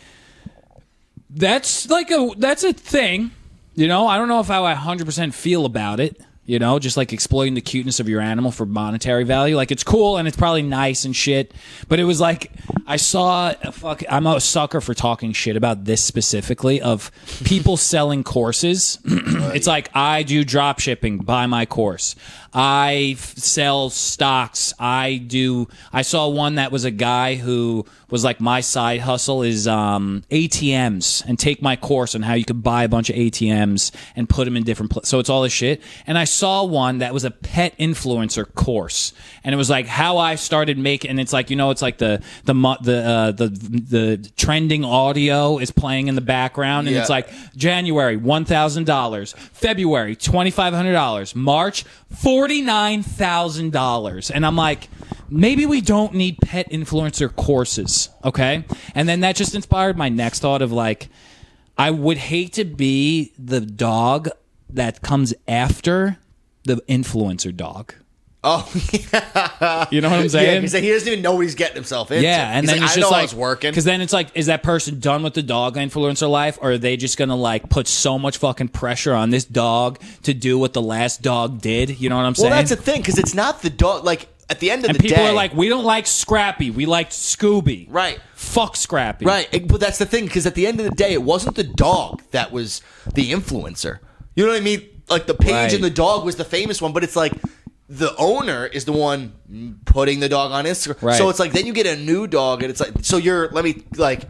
Speaker 2: that's like a that's a thing, you know. I don't know if I 100 percent feel about it. You know, just like exploiting the cuteness of your animal for monetary value. Like it's cool and it's probably nice and shit. But it was like I saw a fuck. I'm a sucker for talking shit about this specifically of people (laughs) selling courses. it's like I do drop shipping, buy my course. I f- sell stocks. I do. I saw one that was a guy who was like, my side hustle is um, ATMs, and take my course on how you could buy a bunch of ATMs and put them in different places. So it's all this shit. And I saw one that was a pet influencer course, and it was like how I started making. And it's like you know, it's like the the mo- the uh, the the trending audio is playing in the background, and
Speaker 1: Yeah.
Speaker 2: it's like January one thousand dollars, February twenty five hundred dollars, March forty nine thousand dollars, and I'm like, maybe we don't need pet influencer courses, okay? And then that just inspired my next thought of like, I would hate to be the dog that comes after the influencer dog.
Speaker 1: Oh, (laughs)
Speaker 2: You know what I'm
Speaker 1: yeah,
Speaker 2: saying?
Speaker 1: because he doesn't even know what he's getting himself into.
Speaker 2: Yeah, and
Speaker 1: He's
Speaker 2: then
Speaker 1: like,
Speaker 2: it's
Speaker 1: I
Speaker 2: just
Speaker 1: know
Speaker 2: like
Speaker 1: I was working.
Speaker 2: Because then it's like, is that person done with the dog influencer life, or are they just gonna like put so much fucking pressure on this dog to do what the last dog did? You know what I'm
Speaker 1: well,
Speaker 2: saying?
Speaker 1: that's the thing because it's not the dog. Like at the end of
Speaker 2: and
Speaker 1: the
Speaker 2: people
Speaker 1: day,
Speaker 2: are like, we don't like Scrappy, we like Scooby.
Speaker 1: Right.
Speaker 2: Fuck Scrappy.
Speaker 1: Right, it- but that's the thing because at the end of the day, it wasn't the dog that was the influencer. You know what I mean? Like the page
Speaker 2: Right.
Speaker 1: and the dog was the famous one, but it's like the owner is the one putting the dog on Instagram.
Speaker 2: Right.
Speaker 1: So it's like then you get a new dog, and it's like so you're let me like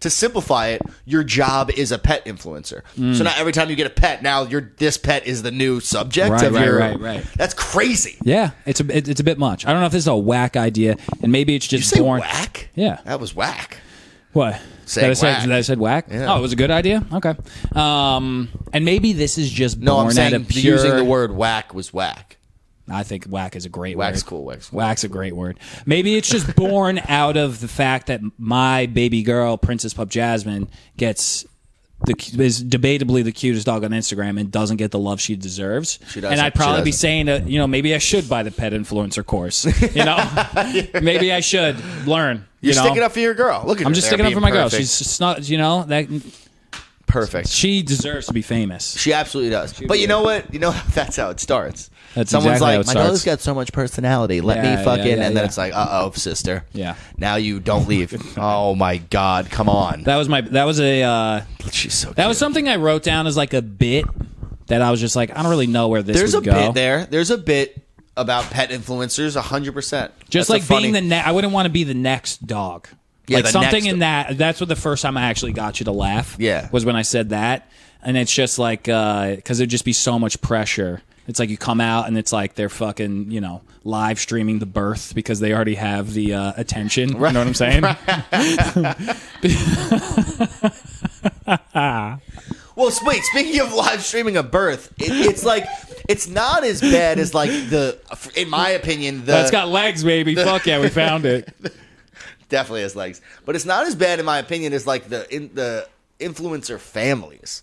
Speaker 1: to simplify it. Your job is a pet influencer.
Speaker 2: Mm.
Speaker 1: So now every time you get a pet, now your this pet is the new subject
Speaker 2: Right,
Speaker 1: of
Speaker 2: right,
Speaker 1: your.
Speaker 2: right, right.
Speaker 1: That's crazy.
Speaker 2: Yeah, it's a it, it's a bit much. I don't know if this is a whack idea, and maybe it's
Speaker 1: You
Speaker 2: just
Speaker 1: say
Speaker 2: born.
Speaker 1: whack?
Speaker 2: Yeah.
Speaker 1: that was whack.
Speaker 2: What?
Speaker 1: Say
Speaker 2: that I said,
Speaker 1: whack.
Speaker 2: that I said whack?
Speaker 1: Yeah.
Speaker 2: Oh, it was a good idea. Okay. Um, and maybe this is just
Speaker 1: No,
Speaker 2: born
Speaker 1: I'm
Speaker 2: out
Speaker 1: saying
Speaker 2: of pure.
Speaker 1: using the word whack was whack.
Speaker 2: I think whack is a great
Speaker 1: Whack's
Speaker 2: word.
Speaker 1: cool, whack's cool.
Speaker 2: Whack's a great word. Maybe it's just born (laughs) out of the fact that my baby girl, Princess Pup Jasmine, gets the cu- is debatably the cutest dog on Instagram and doesn't get the love she deserves.
Speaker 1: She doesn't.
Speaker 2: and I'd
Speaker 1: She
Speaker 2: probably be
Speaker 1: doesn't.
Speaker 2: saying, to, you know, maybe I should buy the pet influencer course.
Speaker 1: (laughs)
Speaker 2: You know, (laughs) maybe I should learn.
Speaker 1: You're
Speaker 2: you know?
Speaker 1: sticking up for your girl. Look at
Speaker 2: I'm
Speaker 1: her
Speaker 2: just
Speaker 1: there
Speaker 2: sticking up
Speaker 1: being
Speaker 2: for my girl.
Speaker 1: perfect.
Speaker 2: She's just not, you know, that
Speaker 1: perfect. She,
Speaker 2: she deserves to be famous.
Speaker 1: absolutely does. But you know what? You know (laughs) that's how it starts.
Speaker 2: That's
Speaker 1: Someone's
Speaker 2: exactly
Speaker 1: like,
Speaker 2: how it
Speaker 1: my
Speaker 2: starts.
Speaker 1: girl's got so much personality. Let
Speaker 2: Yeah, yeah,
Speaker 1: me fucking,
Speaker 2: yeah,
Speaker 1: and then
Speaker 2: yeah.
Speaker 1: it's like, uh oh, sister.
Speaker 2: Yeah.
Speaker 1: Now you don't
Speaker 2: (laughs)
Speaker 1: leave. oh my god, come on.
Speaker 2: That was my. That was a. Uh,
Speaker 1: She's so.
Speaker 2: that was something I wrote down as like a bit that I was just like, I don't really know where this
Speaker 1: There's a
Speaker 2: would go.
Speaker 1: bit there. There's a bit about pet influencers. hundred percent.
Speaker 2: Just like being the next. I wouldn't want to be the next dog.
Speaker 1: Yeah,
Speaker 2: like
Speaker 1: the
Speaker 2: something
Speaker 1: next-
Speaker 2: in that. That's what the first time I actually got you to laugh.
Speaker 1: Yeah.
Speaker 2: was when I said that, and it's just like because there'd just be so much pressure. It's like you come out and it's like they're fucking you know live streaming the birth because they already have the uh, attention. You know what I'm saying?
Speaker 1: Well, s- wait. Speaking of live streaming a birth, it, it's like it's not as bad as like the, in my opinion, the
Speaker 2: That's got legs,
Speaker 1: (laughs)
Speaker 2: baby. Fuck yeah, we found it.
Speaker 1: definitely has legs. But it's not as bad, in my opinion, as like the in the influencer families.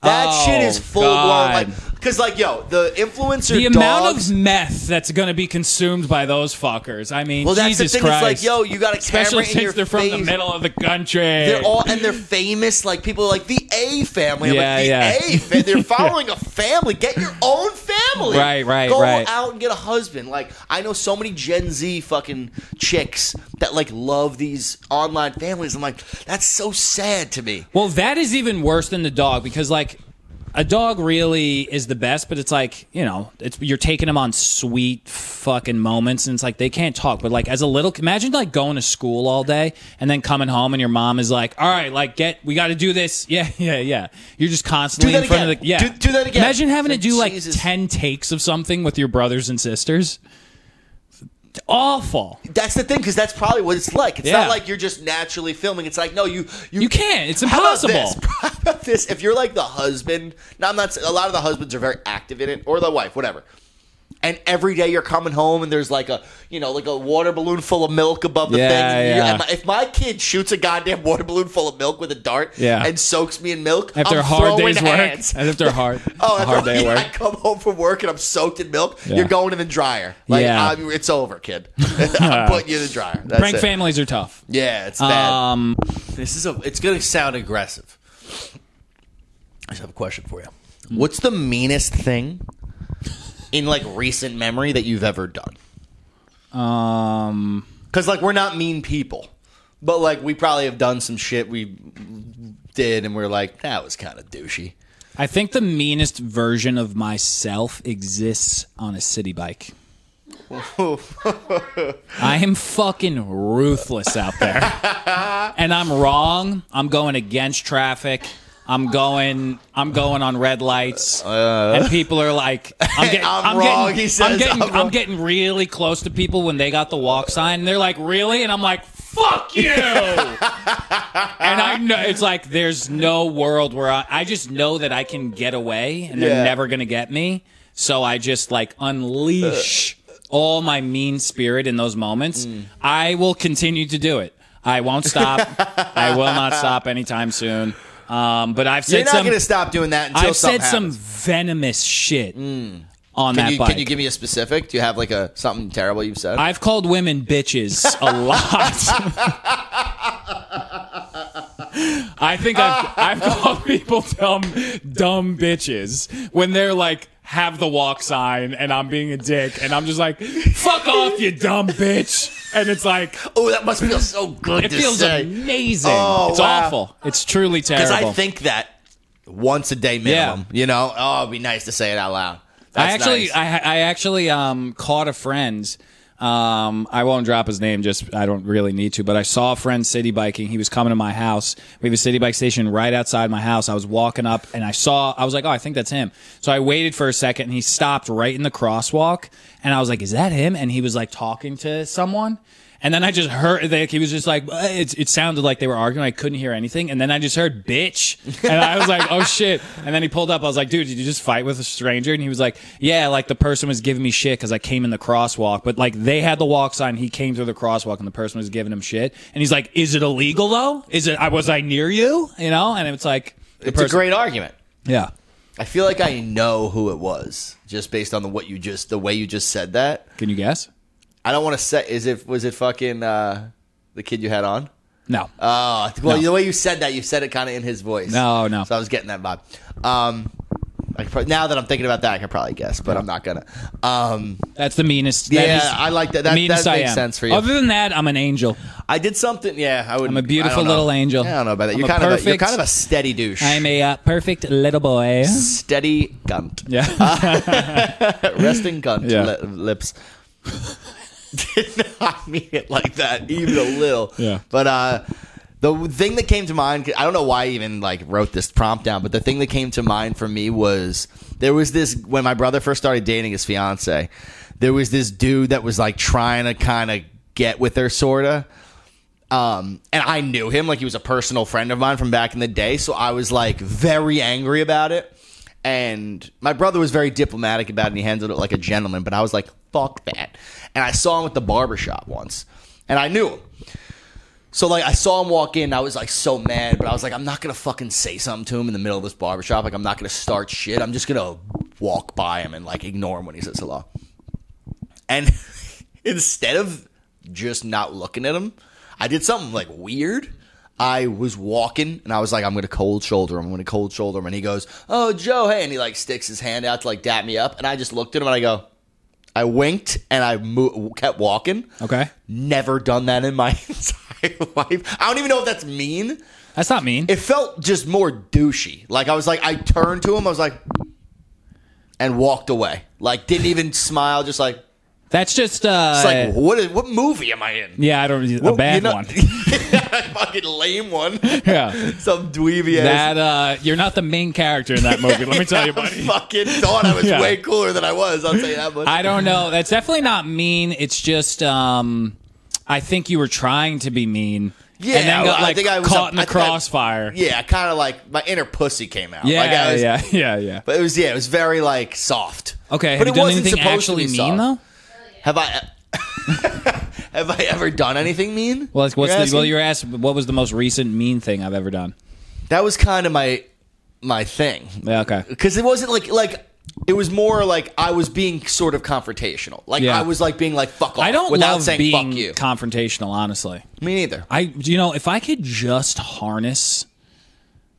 Speaker 1: That
Speaker 2: Oh,
Speaker 1: shit is full
Speaker 2: God.
Speaker 1: blown, like, cause like yo, the influencer
Speaker 2: The amount
Speaker 1: dogs.
Speaker 2: of meth that's going to be consumed by those fuckers. I mean,
Speaker 1: well, that's
Speaker 2: Jesus
Speaker 1: the thing.
Speaker 2: Christ.
Speaker 1: It's like yo, you got a
Speaker 2: Especially
Speaker 1: camera in your
Speaker 2: since they're from
Speaker 1: face.
Speaker 2: the middle of the country.
Speaker 1: They're all and they're famous. Like people are like the A family. I'm
Speaker 2: Yeah,
Speaker 1: like the
Speaker 2: yeah.
Speaker 1: A. Fa-
Speaker 2: (laughs)
Speaker 1: they're following a family. Get your own family.
Speaker 2: Right, right,
Speaker 1: Go
Speaker 2: right.
Speaker 1: out and get a husband. Like I know so many Gen Z fucking chicks that like love these online families. I'm like, that's so sad to me.
Speaker 2: Well, that is even worse than the dog because like a dog really is the best, but it's like you know, it's you're taking them on sweet fucking moments, and it's like they can't talk. But like as a little, imagine like going to school all day and then coming home, and your mom is like, "All right, like get, we got to do this." (laughs) Yeah, yeah, yeah. You're just constantly
Speaker 1: Do that
Speaker 2: in front of
Speaker 1: again.
Speaker 2: the yeah.
Speaker 1: Do- do that again.
Speaker 2: Imagine having to
Speaker 1: Like,
Speaker 2: do like
Speaker 1: Jesus.
Speaker 2: ten takes of something with your brothers and sisters. It's awful.
Speaker 1: That's the thing, because that's probably what it's like. It's
Speaker 2: Yeah.
Speaker 1: not like you're just naturally filming. It's like no, you you,
Speaker 2: You can't.
Speaker 1: (laughs)
Speaker 2: It's
Speaker 1: How about
Speaker 2: impossible.
Speaker 1: this? (laughs) How about this? If you're like the husband, now I'm not. s- A lot of the husbands are very active in it, or the wife, whatever. And every day you're coming home, and there's like a you know like a water balloon full of milk above the
Speaker 2: Yeah,
Speaker 1: thing. And you-
Speaker 2: yeah.
Speaker 1: and my- if my kid shoots a goddamn water balloon full of milk with a dart,
Speaker 2: Yeah.
Speaker 1: and soaks me in milk
Speaker 2: After
Speaker 1: I'm
Speaker 2: a hard
Speaker 1: throwing
Speaker 2: day's work,
Speaker 1: hands.
Speaker 2: after a hard,
Speaker 1: (laughs) Oh,
Speaker 2: a
Speaker 1: that's
Speaker 2: hard day
Speaker 1: right.
Speaker 2: of work.
Speaker 1: I come home from work and I'm soaked in milk.
Speaker 2: Yeah.
Speaker 1: You're going in the dryer. Like
Speaker 2: Yeah.
Speaker 1: I'm, it's over,
Speaker 2: (laughs)
Speaker 1: kid. (laughs) I'm putting you in the dryer. That's
Speaker 2: Prank
Speaker 1: it.
Speaker 2: families are tough.
Speaker 1: Yeah, it's bad.
Speaker 2: Um,
Speaker 1: Uh, this is a. It's gonna sound aggressive. Hmm. I just have a question for you. What's the meanest thing in like recent memory that you've ever done? Um, because like we're not mean people, but like we probably have done some shit we did, and we're like that was kind of douchey.
Speaker 2: I think the meanest version of myself exists on a
Speaker 1: (laughs)
Speaker 2: city bike. I am fucking ruthless out
Speaker 1: (laughs)
Speaker 2: there. and I'm wrong. I'm going against traffic. I'm going I'm going on red lights. and people are like I'm getting
Speaker 1: Uh, I'm
Speaker 2: getting-
Speaker 1: wrong, he says,
Speaker 2: I'm getting
Speaker 1: I'm wrong.
Speaker 2: getting really close to people when they got the walk sign. And they're like, "Really?" and I'm like,
Speaker 1: (laughs)
Speaker 2: "Fuck you." and I
Speaker 1: Uh-huh.
Speaker 2: know it's like there's no world where I, I just know that I can get away and they're
Speaker 1: Yeah.
Speaker 2: never going to get me. So I just like unleash all my mean spirit in those moments.
Speaker 1: Mm.
Speaker 2: I will continue to do it. I won't stop. I will not stop anytime soon. Um, but I've
Speaker 1: You're
Speaker 2: said
Speaker 1: not
Speaker 2: some.
Speaker 1: gonna stop doing that until
Speaker 2: I've said
Speaker 1: something
Speaker 2: some
Speaker 1: happens. Mm.
Speaker 2: venomous shit on that
Speaker 1: Can you,
Speaker 2: bike.
Speaker 1: can you give me a specific? Do you have like a something terrible you've said?
Speaker 2: I've called women bitches a lot. I think I've, I've called people dumb, dumb bitches when they're like, have the walk sign and I'm being a dick and I'm just like, fuck off, you dumb bitch. And it's like,
Speaker 1: oh, that must feel so good.
Speaker 2: it
Speaker 1: to
Speaker 2: feels
Speaker 1: say.
Speaker 2: amazing.
Speaker 1: Oh,
Speaker 2: it's
Speaker 1: wow.
Speaker 2: awful. It's truly terrible.
Speaker 1: Because I think that once a day minimum. You know, oh, it'd be nice to say it out loud. That's
Speaker 2: I actually,
Speaker 1: nice.
Speaker 2: I, I actually um, caught a friend. Um, I won't drop his name. Just I don't really need to. But I saw a friend city biking. He was coming to my house. We have a city bike station right outside my house. I was walking up and I saw. I was like, oh, I think that's him. So I waited for a second and he stopped right in the crosswalk. And I was like, is that him? And he was like talking to someone. And then I just heard like he was just like "Uh," it, it sounded like they were arguing. I couldn't hear anything, and then I just heard "bitch," and I was like, "Oh shit!" And then he pulled up. I was like, "Dude, did you just fight with a stranger?" And he was like, "Yeah, like the person was giving me shit because I came in the crosswalk, but like they had the walk sign. He came through the crosswalk, and the person was giving him shit." And he's like, "Is it illegal though? Is it? I was I near you? You know?" And it's like, the
Speaker 1: it's
Speaker 2: person,
Speaker 1: a great argument.
Speaker 2: yeah.
Speaker 1: I feel like I know who it was just based on the what you just the way you just said that.
Speaker 2: Can you guess?
Speaker 1: I don't want to say is it was it fucking uh, the kid you had on?
Speaker 2: No.
Speaker 1: Oh, I think- well,
Speaker 2: No.
Speaker 1: the way you said that, you said it kind of in his voice.
Speaker 2: No, no.
Speaker 1: So I was getting that vibe. Um, I could prob- now that I'm thinking about that, I can probably guess, but I'm not gonna. Um,
Speaker 2: That's the meanest.
Speaker 1: yeah,
Speaker 2: that is
Speaker 1: I like that. That,
Speaker 2: meanest
Speaker 1: that
Speaker 2: I
Speaker 1: makes
Speaker 2: am.
Speaker 1: sense for you.
Speaker 2: Other than that, I'm an angel.
Speaker 1: I did something. Yeah, I would.
Speaker 2: I'm a beautiful
Speaker 1: I don't know.
Speaker 2: little angel.
Speaker 1: I don't know about that.
Speaker 2: I'm
Speaker 1: You're
Speaker 2: a
Speaker 1: kind of a, you're
Speaker 2: perfect-
Speaker 1: kind of a steady douche.
Speaker 2: I'm a uh, perfect little
Speaker 1: (laughs)
Speaker 2: boy.
Speaker 1: steady
Speaker 2: (laughs)
Speaker 1: gunt. (laughs)
Speaker 2: Yeah.
Speaker 1: Resting gunt
Speaker 2: Yeah.
Speaker 1: li- lips. (laughs) did not mean it like that, even a little.
Speaker 2: Yeah.
Speaker 1: But uh, the thing that came to mind, I don't know why I even like wrote this prompt down, but the thing that came to mind for me was there was this when my brother first started dating his fiance. There was this dude that was like trying to kind of get with her, sorta. Um, and I knew him like he was a personal friend of mine from back in the day, so I was like very angry about it. And my brother was very diplomatic about it and he handled it like a gentleman, but I was like, fuck that. And I saw him at the barber shop once and I knew him. So like I saw him walk in, and I was like so mad, but I was like, I'm not gonna fucking say something to him in the middle of this barbershop. Like I'm not gonna start shit. I'm just gonna walk by him and like ignore him when he says hello. And (laughs) instead of just not looking at him, I did something like weird. I was walking and I was like, I'm gonna cold shoulder him. I'm gonna cold shoulder him. And he goes, Oh, Joe, hey. And he like sticks his hand out to like dap me up. And I just looked at him and I go, I winked and I mo- kept walking.
Speaker 2: okay.
Speaker 1: Never done that in my (laughs) entire life. I don't even know if that's mean.
Speaker 2: That's not mean.
Speaker 1: It felt just more douchey. Like I was like, I turned to him, I was like, and walked away. Like didn't even smile, just like,
Speaker 2: That's just uh
Speaker 1: it's like what? Is, what movie am I in?
Speaker 2: yeah, I don't a
Speaker 1: Well,
Speaker 2: bad
Speaker 1: you know- (laughs)
Speaker 2: one.
Speaker 1: fucking lame one. (laughs)
Speaker 2: Yeah.
Speaker 1: Some dweeby ass.
Speaker 2: That uh you're not the main character in that
Speaker 1: (laughs)
Speaker 2: movie. Let me tell you,
Speaker 1: I
Speaker 2: buddy.
Speaker 1: fucking thought I was
Speaker 2: (laughs) Yeah.
Speaker 1: way cooler than I was. I'll tell you that much.
Speaker 2: I don't know. That's definitely not mean. It's just um I think you were trying to be mean.
Speaker 1: Yeah,
Speaker 2: and then got
Speaker 1: I
Speaker 2: like
Speaker 1: think I was
Speaker 2: caught
Speaker 1: up-
Speaker 2: in the
Speaker 1: I think I-
Speaker 2: crossfire.
Speaker 1: yeah, kind of like my inner pussy came out.
Speaker 2: yeah,
Speaker 1: like I was,
Speaker 2: yeah, (laughs) yeah, yeah.
Speaker 1: But it was yeah, it was very like soft.
Speaker 2: Okay,
Speaker 1: but
Speaker 2: have you
Speaker 1: it
Speaker 2: done
Speaker 1: wasn't
Speaker 2: anything
Speaker 1: supposed
Speaker 2: actually
Speaker 1: to be
Speaker 2: mean
Speaker 1: soft.
Speaker 2: though?
Speaker 1: Have I? (laughs) have I ever done anything mean?
Speaker 2: Well, that's, what's
Speaker 1: You're
Speaker 2: the, well,
Speaker 1: asking?
Speaker 2: you're asked what was the most recent mean thing I've ever done?
Speaker 1: that was kind of my my thing (laughs)
Speaker 2: Yeah, okay.
Speaker 1: because it wasn't like like. It was more like I was being sort of confrontational. Like
Speaker 2: Yeah.
Speaker 1: I was like being like fuck off
Speaker 2: I don't
Speaker 1: without
Speaker 2: love
Speaker 1: saying
Speaker 2: being
Speaker 1: fuck you.
Speaker 2: confrontational, honestly.
Speaker 1: Me neither.
Speaker 2: I you know if I could just harness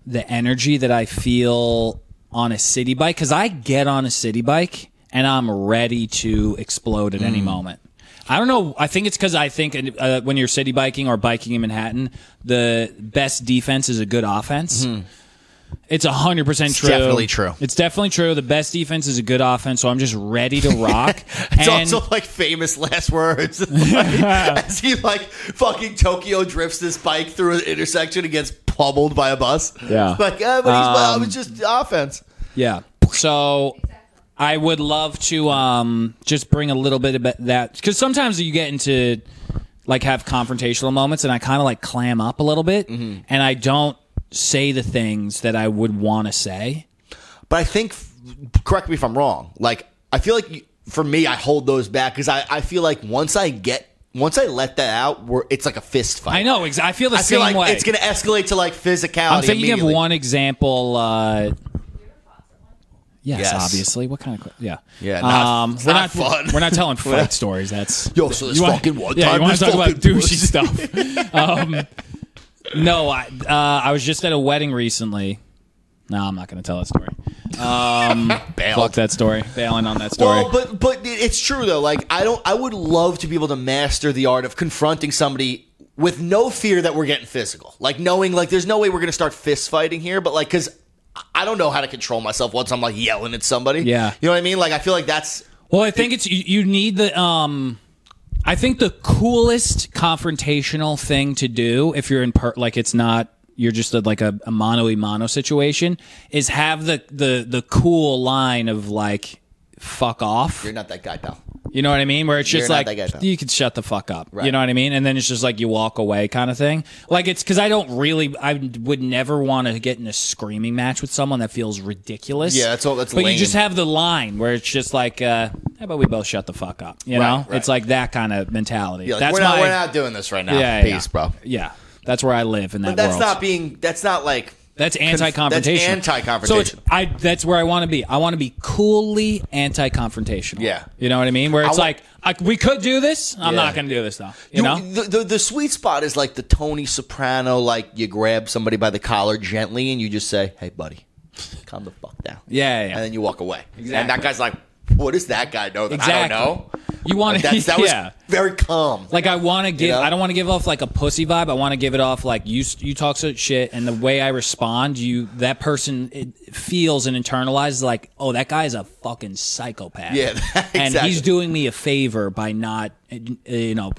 Speaker 2: the energy that I feel on a city bike because I get on a city bike and I'm ready to explode at
Speaker 1: Mm.
Speaker 2: any moment. I don't know. I think it's because I think uh, when you're city biking or biking in Manhattan, the best defense is a good offense. It's a hundred percent true.
Speaker 1: Mm-hmm. definitely true.
Speaker 2: It's definitely true. The best defense is a good offense, so I'm just ready to rock.
Speaker 1: (laughs) It's
Speaker 2: and
Speaker 1: also like famous last words. (laughs)
Speaker 2: (laughs)
Speaker 1: Like, as he like fucking Tokyo drifts this bike through an intersection and gets pummeled by a bus.
Speaker 2: Yeah. Um,
Speaker 1: Like, uh, but he's, well, it was just offense.
Speaker 2: yeah. So I would love to um, just bring a little bit of that because sometimes you get into like have confrontational moments, and I kind of like clam up a little bit,
Speaker 1: Mm-hmm.
Speaker 2: and I don't say the things that I would want to say.
Speaker 1: But I think, correct me if I'm wrong. Like, I feel like you, for me, I hold those back because I, I feel like once I get once I let that out, we're, it's like a fist fight.
Speaker 2: I know. Ex- I feel the
Speaker 1: I
Speaker 2: same
Speaker 1: feel like
Speaker 2: way.
Speaker 1: it's going to escalate to like physicality.
Speaker 2: I'm thinking of
Speaker 1: immediately.
Speaker 2: one example. Uh, yes,
Speaker 1: Yes.
Speaker 2: obviously. What kind of que- yeah? Um,
Speaker 1: Yeah, not- it's
Speaker 2: we're
Speaker 1: not fun.
Speaker 2: We're
Speaker 1: (laughs)
Speaker 2: not telling fight stories. That's
Speaker 1: Yo, so this
Speaker 2: you wanna-
Speaker 1: fucking one
Speaker 2: Yeah,
Speaker 1: time
Speaker 2: you want
Speaker 1: this
Speaker 2: to talk about
Speaker 1: fucking
Speaker 2: douchey
Speaker 1: pussy- (laughs)
Speaker 2: stuff? um, no, I uh, I was just at a wedding recently. No, I'm not going to tell that story.
Speaker 1: Bailed.
Speaker 2: Fuck that story. Bailing on that story.
Speaker 1: Well, but but it's true though. Like I don't. I would love to be able to master the art of confronting somebody with no fear that we're getting physical. Like knowing like there's no way we're gonna start fist fighting here. But like because I don't know how to control myself once I'm like yelling at somebody.
Speaker 2: Yeah.
Speaker 1: you know what I mean. Like I feel like that's
Speaker 2: Well, I think it's you, you need the um I think the coolest confrontational thing to do if you're in per like it's not you're just at like a, a mono y mono situation is have the the the cool line of like fuck off.
Speaker 1: you're not that guy, pal.
Speaker 2: You know what I mean? Where it's just
Speaker 1: You're
Speaker 2: like
Speaker 1: not that guy, pal.
Speaker 2: you could shut the fuck up.
Speaker 1: Right.
Speaker 2: You know what I mean? And then it's just like you walk away kind of thing. Like it's because I don't really, I would never want to get in a screaming match with someone that feels ridiculous.
Speaker 1: Yeah, that's all- that's
Speaker 2: But
Speaker 1: lame.
Speaker 2: you just have the line where it's just like, uh, how about we both shut the fuck up? You
Speaker 1: Right,
Speaker 2: know,
Speaker 1: right.
Speaker 2: it's like that kind of mentality.
Speaker 1: You're like,
Speaker 2: that's
Speaker 1: we're
Speaker 2: my
Speaker 1: not we're not doing this right now.
Speaker 2: yeah, yeah,
Speaker 1: Peace,
Speaker 2: yeah.
Speaker 1: bro.
Speaker 2: Yeah, that's where I live in that
Speaker 1: That's
Speaker 2: world.
Speaker 1: not being. That's not like.
Speaker 2: That's anti-confrontation.
Speaker 1: That's
Speaker 2: So it's,
Speaker 1: anti-confrontation.
Speaker 2: I that's where I want to be. I want to be coolly anti-confrontational.
Speaker 1: Yeah.
Speaker 2: you know what I mean. Where it's
Speaker 1: wa-
Speaker 2: like I, we could do this. I'm
Speaker 1: Yeah.
Speaker 2: not going to do this though. You,
Speaker 1: You-
Speaker 2: know.
Speaker 1: the, the the sweet spot is like the Tony Soprano, like you grab somebody by the collar gently and you just say, "Hey, buddy, calm the fuck down."
Speaker 2: Yeah, yeah, yeah.
Speaker 1: and then you walk away. And that
Speaker 2: Exactly.
Speaker 1: guy's like, "What does that guy know that I
Speaker 2: exactly.
Speaker 1: don't know?"
Speaker 2: You want
Speaker 1: Like
Speaker 2: (laughs) to?
Speaker 1: that's, that was
Speaker 2: yeah.
Speaker 1: very calm.
Speaker 2: like I want to give.
Speaker 1: know?
Speaker 2: I don't want to give off like a pussy vibe. I want to give it off like you. You talk so shit, and the way I respond, you that person it feels and internalizes like, oh, that guy's a fucking psychopath.
Speaker 1: Yeah, (laughs)
Speaker 2: and
Speaker 1: exactly.
Speaker 2: he's doing me a favor by not, uh, you know,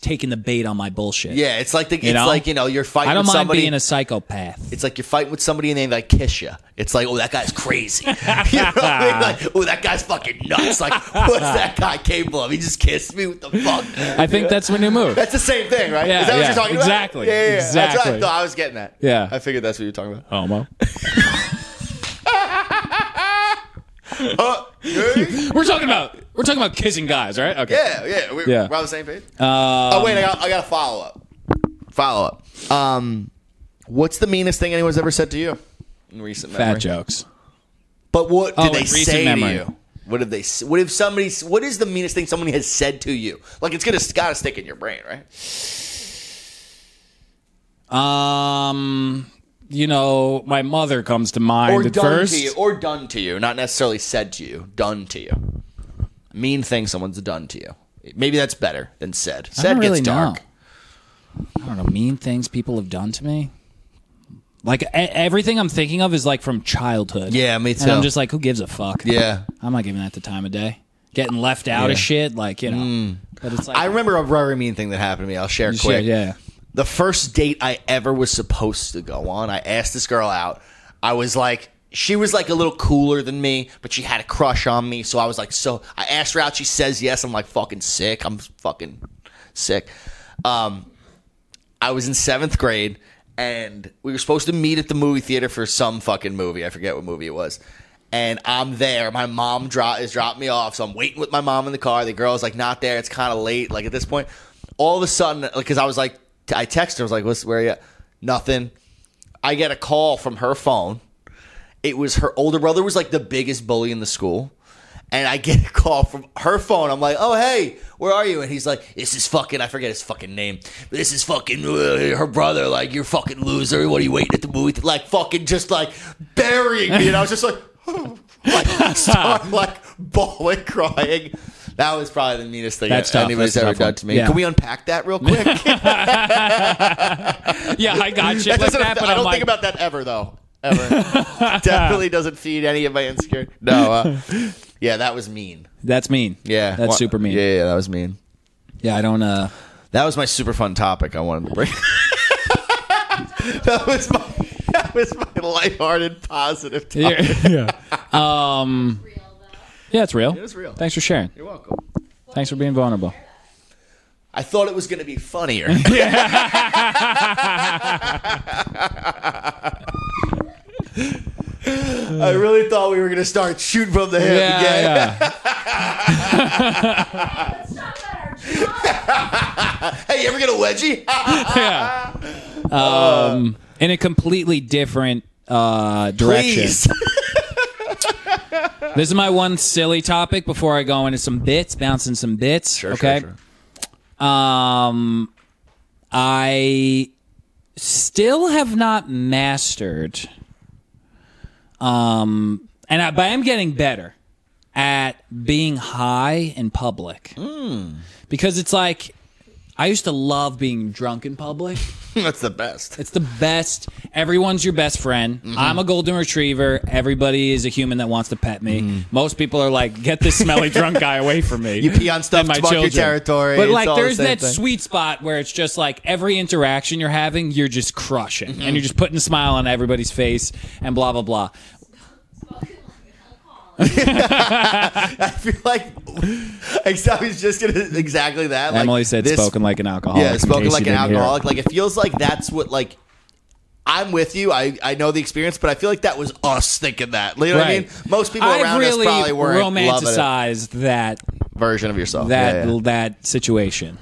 Speaker 2: taking the bait on my bullshit.
Speaker 1: yeah, it's like the, it's
Speaker 2: know?
Speaker 1: like you know you're fighting
Speaker 2: I don't
Speaker 1: with
Speaker 2: mind
Speaker 1: somebody.
Speaker 2: being a psychopath.
Speaker 1: it's like you're fighting with somebody and they like kiss you. It's like, oh, that guy's crazy. (laughs) you know what I mean? Like, oh, that guy's fucking nuts. Like,
Speaker 2: (laughs)
Speaker 1: what's that guy capable of? He just kissed me. What the fuck?
Speaker 2: I think that's my
Speaker 1: (laughs)
Speaker 2: new move.
Speaker 1: That's the same thing, right?
Speaker 2: Yeah,
Speaker 1: is that what
Speaker 2: yeah,
Speaker 1: you're talking about?
Speaker 2: exactly,
Speaker 1: Yeah, yeah, yeah. That's what I
Speaker 2: exactly.
Speaker 1: thought. I was getting that.
Speaker 2: Yeah.
Speaker 1: I figured that's what you're talking about.
Speaker 2: Homo.
Speaker 1: Oh, (laughs) yeah,
Speaker 2: We're talking about we're talking about kissing guys, right? Okay.
Speaker 1: yeah. yeah. We,
Speaker 2: Yeah. Um,
Speaker 1: We're on the same page. oh, wait. I got, I got a follow up. Follow up. Um, what's the meanest thing anyone's ever said to you in recent memory?
Speaker 2: Fat jokes.
Speaker 1: But what did
Speaker 2: Oh, in
Speaker 1: they
Speaker 2: recent
Speaker 1: say
Speaker 2: memory.
Speaker 1: to you? What have they? s- What if somebody? s- What is the meanest thing someone has said to you? Like it's gonna got to stick in your brain, right?
Speaker 2: Um, you know, my mother comes to mind
Speaker 1: Or
Speaker 2: at
Speaker 1: done
Speaker 2: first.
Speaker 1: to you, or done to you, not necessarily said to you, done to you. Mean thing someone's done to you. Maybe that's better than said.
Speaker 2: I
Speaker 1: Said
Speaker 2: don't really
Speaker 1: gets dark.
Speaker 2: know. I don't know mean things people have done to me. Like e- everything I'm thinking of is like from childhood.
Speaker 1: Yeah, me
Speaker 2: And
Speaker 1: too.
Speaker 2: I'm just like, who gives a fuck?
Speaker 1: Yeah.
Speaker 2: I'm not giving that the time of day. Getting left out
Speaker 1: Yeah. Mm.
Speaker 2: of shit, like you know. But it's like
Speaker 1: I remember a very mean thing that happened to me. I'll share
Speaker 2: shit,
Speaker 1: quick.
Speaker 2: yeah.
Speaker 1: (laughs) The first date I ever was supposed to go on, I asked this girl out. I was like, she was like a little cooler than me, but she had a crush on me. So I was like, so I asked her out. She says yes. I'm like, fucking sick. I'm fucking sick. Um, I was in seventh grade and we were supposed to meet at the movie theater for some fucking movie. I forget what movie it was. And I'm there. My mom dro- is dropped me off. So I'm waiting with my mom in the car. The girl's like, not there. It's kind of late. Like at this point, all of a sudden, because I was like, I texted her, I was like, What's, where are you? at?" Nothing. I get a call from her phone. It was her older brother was like the biggest bully in the school. And I get a call from her phone. I'm like, oh, hey, where are you? And he's like, this is fucking, I forget his fucking name. This is fucking uh, her brother. Like, you're fucking loser. What are you waiting at the movie? (laughs)
Speaker 2: (laughs)
Speaker 1: Like, fucking just like burying me. And I was just like, like, start, like bawling, crying. That was probably the meanest thing
Speaker 2: That's tough.
Speaker 1: anybody's
Speaker 2: That's a
Speaker 1: ever
Speaker 2: tough
Speaker 1: done
Speaker 2: one.
Speaker 1: to me.
Speaker 2: Yeah.
Speaker 1: Can we unpack that real quick?
Speaker 2: (laughs)
Speaker 1: that
Speaker 2: yeah, I got shit like
Speaker 1: doesn't-
Speaker 2: that, but
Speaker 1: I
Speaker 2: I'm
Speaker 1: don't
Speaker 2: like,
Speaker 1: think about that ever, though.
Speaker 2: (laughs)
Speaker 1: Ever. Definitely doesn't feed any of my insecurity. No. Uh, yeah, that was mean.
Speaker 2: that's mean.
Speaker 1: Yeah.
Speaker 2: that's
Speaker 1: Wha-
Speaker 2: super mean.
Speaker 1: Yeah,
Speaker 2: Yeah.
Speaker 1: yeah, that was mean.
Speaker 2: I don't. uh
Speaker 1: That was my super fun topic I wanted to bring. (laughs) that was my that was my lighthearted positive topic.
Speaker 2: Yeah,
Speaker 3: real though.
Speaker 2: yeah, it's real. It
Speaker 1: was real.
Speaker 2: Thanks for sharing.
Speaker 1: You're welcome.
Speaker 2: Thanks for being vulnerable.
Speaker 1: I thought it was going to be
Speaker 2: (laughs)
Speaker 1: funnier. I really thought we were going to start shooting from the hip
Speaker 2: Yeah,
Speaker 1: again. (laughs)
Speaker 2: yeah.
Speaker 3: Let's talk about our
Speaker 2: (laughs)
Speaker 3: job.
Speaker 1: Hey, you ever get a wedgie? Ah,
Speaker 2: yeah. Um,
Speaker 1: Uh,
Speaker 2: in a completely different uh, (laughs) direction.
Speaker 1: Please.
Speaker 2: This is my one silly topic before I go into some bits, bouncing some bits. okay. Um, I still have not mastered. Um, and I, but I'm getting better at being high in public because it's like I used to love being drunk in public.
Speaker 1: That's the (laughs) best.
Speaker 2: It's the best. Everyone's your best friend.
Speaker 1: Mm-hmm.
Speaker 2: I'm a golden retriever. Everybody is a human that wants to pet me.
Speaker 1: Mm-hmm.
Speaker 2: Most people are like, get this
Speaker 1: (laughs)
Speaker 2: smelly drunk guy away from me. You
Speaker 1: pee on stuffed monkey territory.
Speaker 2: But
Speaker 1: It's
Speaker 2: like,
Speaker 1: all the
Speaker 2: there's
Speaker 1: same
Speaker 2: that
Speaker 1: thing.
Speaker 2: sweet spot where it's just like every interaction you're having, you're just crushing,
Speaker 1: Mm-hmm.
Speaker 2: and you're just putting a smile on everybody's face, and blah blah blah.
Speaker 3: Spoken like
Speaker 2: (laughs)
Speaker 3: an
Speaker 1: (laughs)
Speaker 3: alcoholic.
Speaker 1: I feel like I was just going to exactly that. Like,
Speaker 2: Emily said,
Speaker 1: this-
Speaker 2: spoken like an alcoholic.
Speaker 1: Yeah,
Speaker 2: in
Speaker 1: spoken
Speaker 2: case
Speaker 1: like
Speaker 2: you
Speaker 1: an
Speaker 2: didn't hear it.
Speaker 1: alcoholic. Like it feels like that's what like I'm with you. I, I know the experience, but I feel like that was us thinking that. You know what I mean? Most people
Speaker 2: I've
Speaker 1: around
Speaker 2: really
Speaker 1: us probably weren't loving it.
Speaker 2: romanticized that
Speaker 1: version of yourself.
Speaker 2: that
Speaker 1: Yeah, yeah.
Speaker 2: that situation.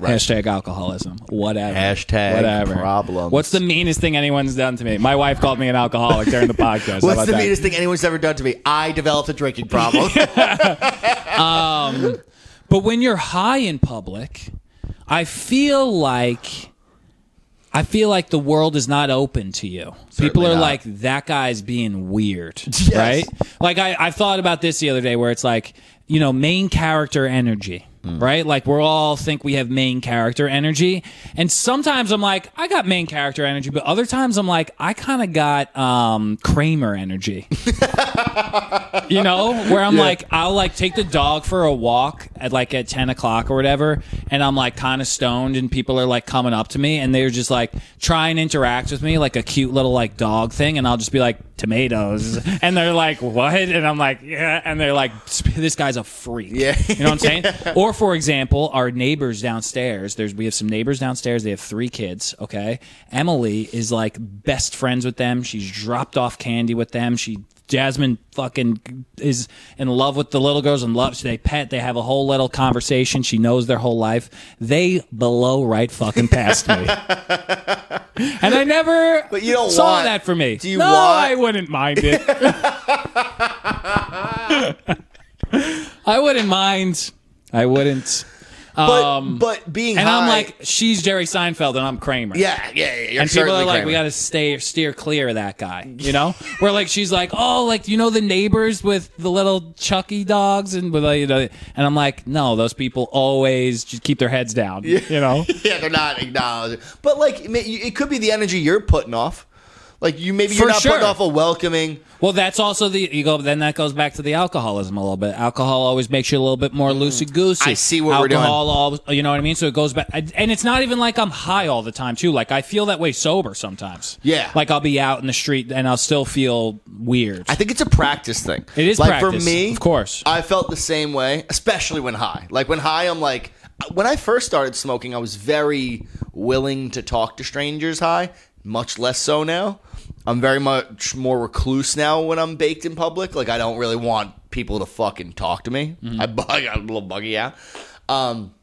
Speaker 1: Right.
Speaker 2: Hashtag alcoholism. Whatever.
Speaker 1: Hashtag problems.
Speaker 2: What's the meanest thing anyone's done to me? My wife called me an alcoholic
Speaker 1: (laughs)
Speaker 2: during the podcast. How
Speaker 1: What's
Speaker 2: about
Speaker 1: the
Speaker 2: that?
Speaker 1: meanest thing anyone's ever done to me? I developed a drinking
Speaker 2: (laughs)
Speaker 1: problem.
Speaker 2: But when you're high in public, I feel like I feel like the world is not open to you. People are
Speaker 1: not.
Speaker 2: like, that guy's being weird.
Speaker 1: (laughs) Yes.
Speaker 2: Right? Like I, I thought about this the other day where it's like, you know, main character energy.
Speaker 1: Hmm.
Speaker 2: Right? Like we're all think we have main character energy. And sometimes I'm like, I got main character energy, but other times I'm like, I kinda got um Kramer energy (laughs) you know, where I'm like, I'll like take the dog for a walk at like at 10 o'clock or whatever. And I'm like kind of stoned and people are like coming up to me and they're just like try and interact with me like a cute little like dog thing. And I'll just be like tomatoes. (laughs) And they're like, what? And I'm like, yeah. And they're like, this guy's a freak.
Speaker 1: Yeah.
Speaker 2: You know what I'm saying? Or for example, our neighbors downstairs, there's, we have some neighbors downstairs. They have three kids. Okay. Emily is like best friends with them. She's dropped off candy with them. She Jasmine fucking is in love with the little girls and loves they pet. They have a whole little conversation. She knows their whole life. They below right fucking past
Speaker 1: (laughs)
Speaker 2: me, and I never
Speaker 1: But you don't
Speaker 2: saw
Speaker 1: want-
Speaker 2: that for me.
Speaker 1: do you
Speaker 2: no,
Speaker 1: want-
Speaker 2: I wouldn't mind it. (laughs) I wouldn't mind. I wouldn't.
Speaker 1: but,
Speaker 2: Um,
Speaker 1: but being
Speaker 2: and I'm
Speaker 1: high-
Speaker 2: like, she's Jerry Seinfeld, and I'm Kramer
Speaker 1: yeah, yeah, yeah. You're
Speaker 2: and people are
Speaker 1: certainly
Speaker 2: like,
Speaker 1: Kramer.
Speaker 2: we got to stay steer clear of that guy,
Speaker 1: (laughs)
Speaker 2: you know. Where like she's like, oh, like you know the neighbors with the little Chucky dogs and with uh, you know, and I'm like, no, those people always just keep their heads down, you
Speaker 1: (laughs)
Speaker 2: know.
Speaker 1: yeah, they're not acknowledging. But like, it may- it could be the energy you're putting off. Like you, maybe you're
Speaker 2: For
Speaker 1: not
Speaker 2: sure.
Speaker 1: putting off a welcoming.
Speaker 2: Well, that's also the you go. Then that goes back to the alcoholism a little bit. Alcohol always makes you a little bit more loosey goosey.
Speaker 1: Mm. I see what we're doing.
Speaker 2: Alcohol, always, you know what I mean. So it goes back, and it's not even like I'm high all the time too. Like I feel that way sober sometimes.
Speaker 1: Yeah.
Speaker 2: like I'll be out in the street and I'll still feel weird.
Speaker 1: I think it's a practice thing.
Speaker 2: It is
Speaker 1: like
Speaker 2: practice,
Speaker 1: for me,
Speaker 2: of course.
Speaker 1: I felt the same way, especially when high. Like when high, I'm like, when I first started smoking, I was very willing to talk to strangers high. Much less so now. I'm very much more recluse now when I'm baked in public. Like I don't really want people to fucking talk to me. (laughs)
Speaker 2: Mm-hmm.
Speaker 1: I bug, I'm a little buggy out. Um,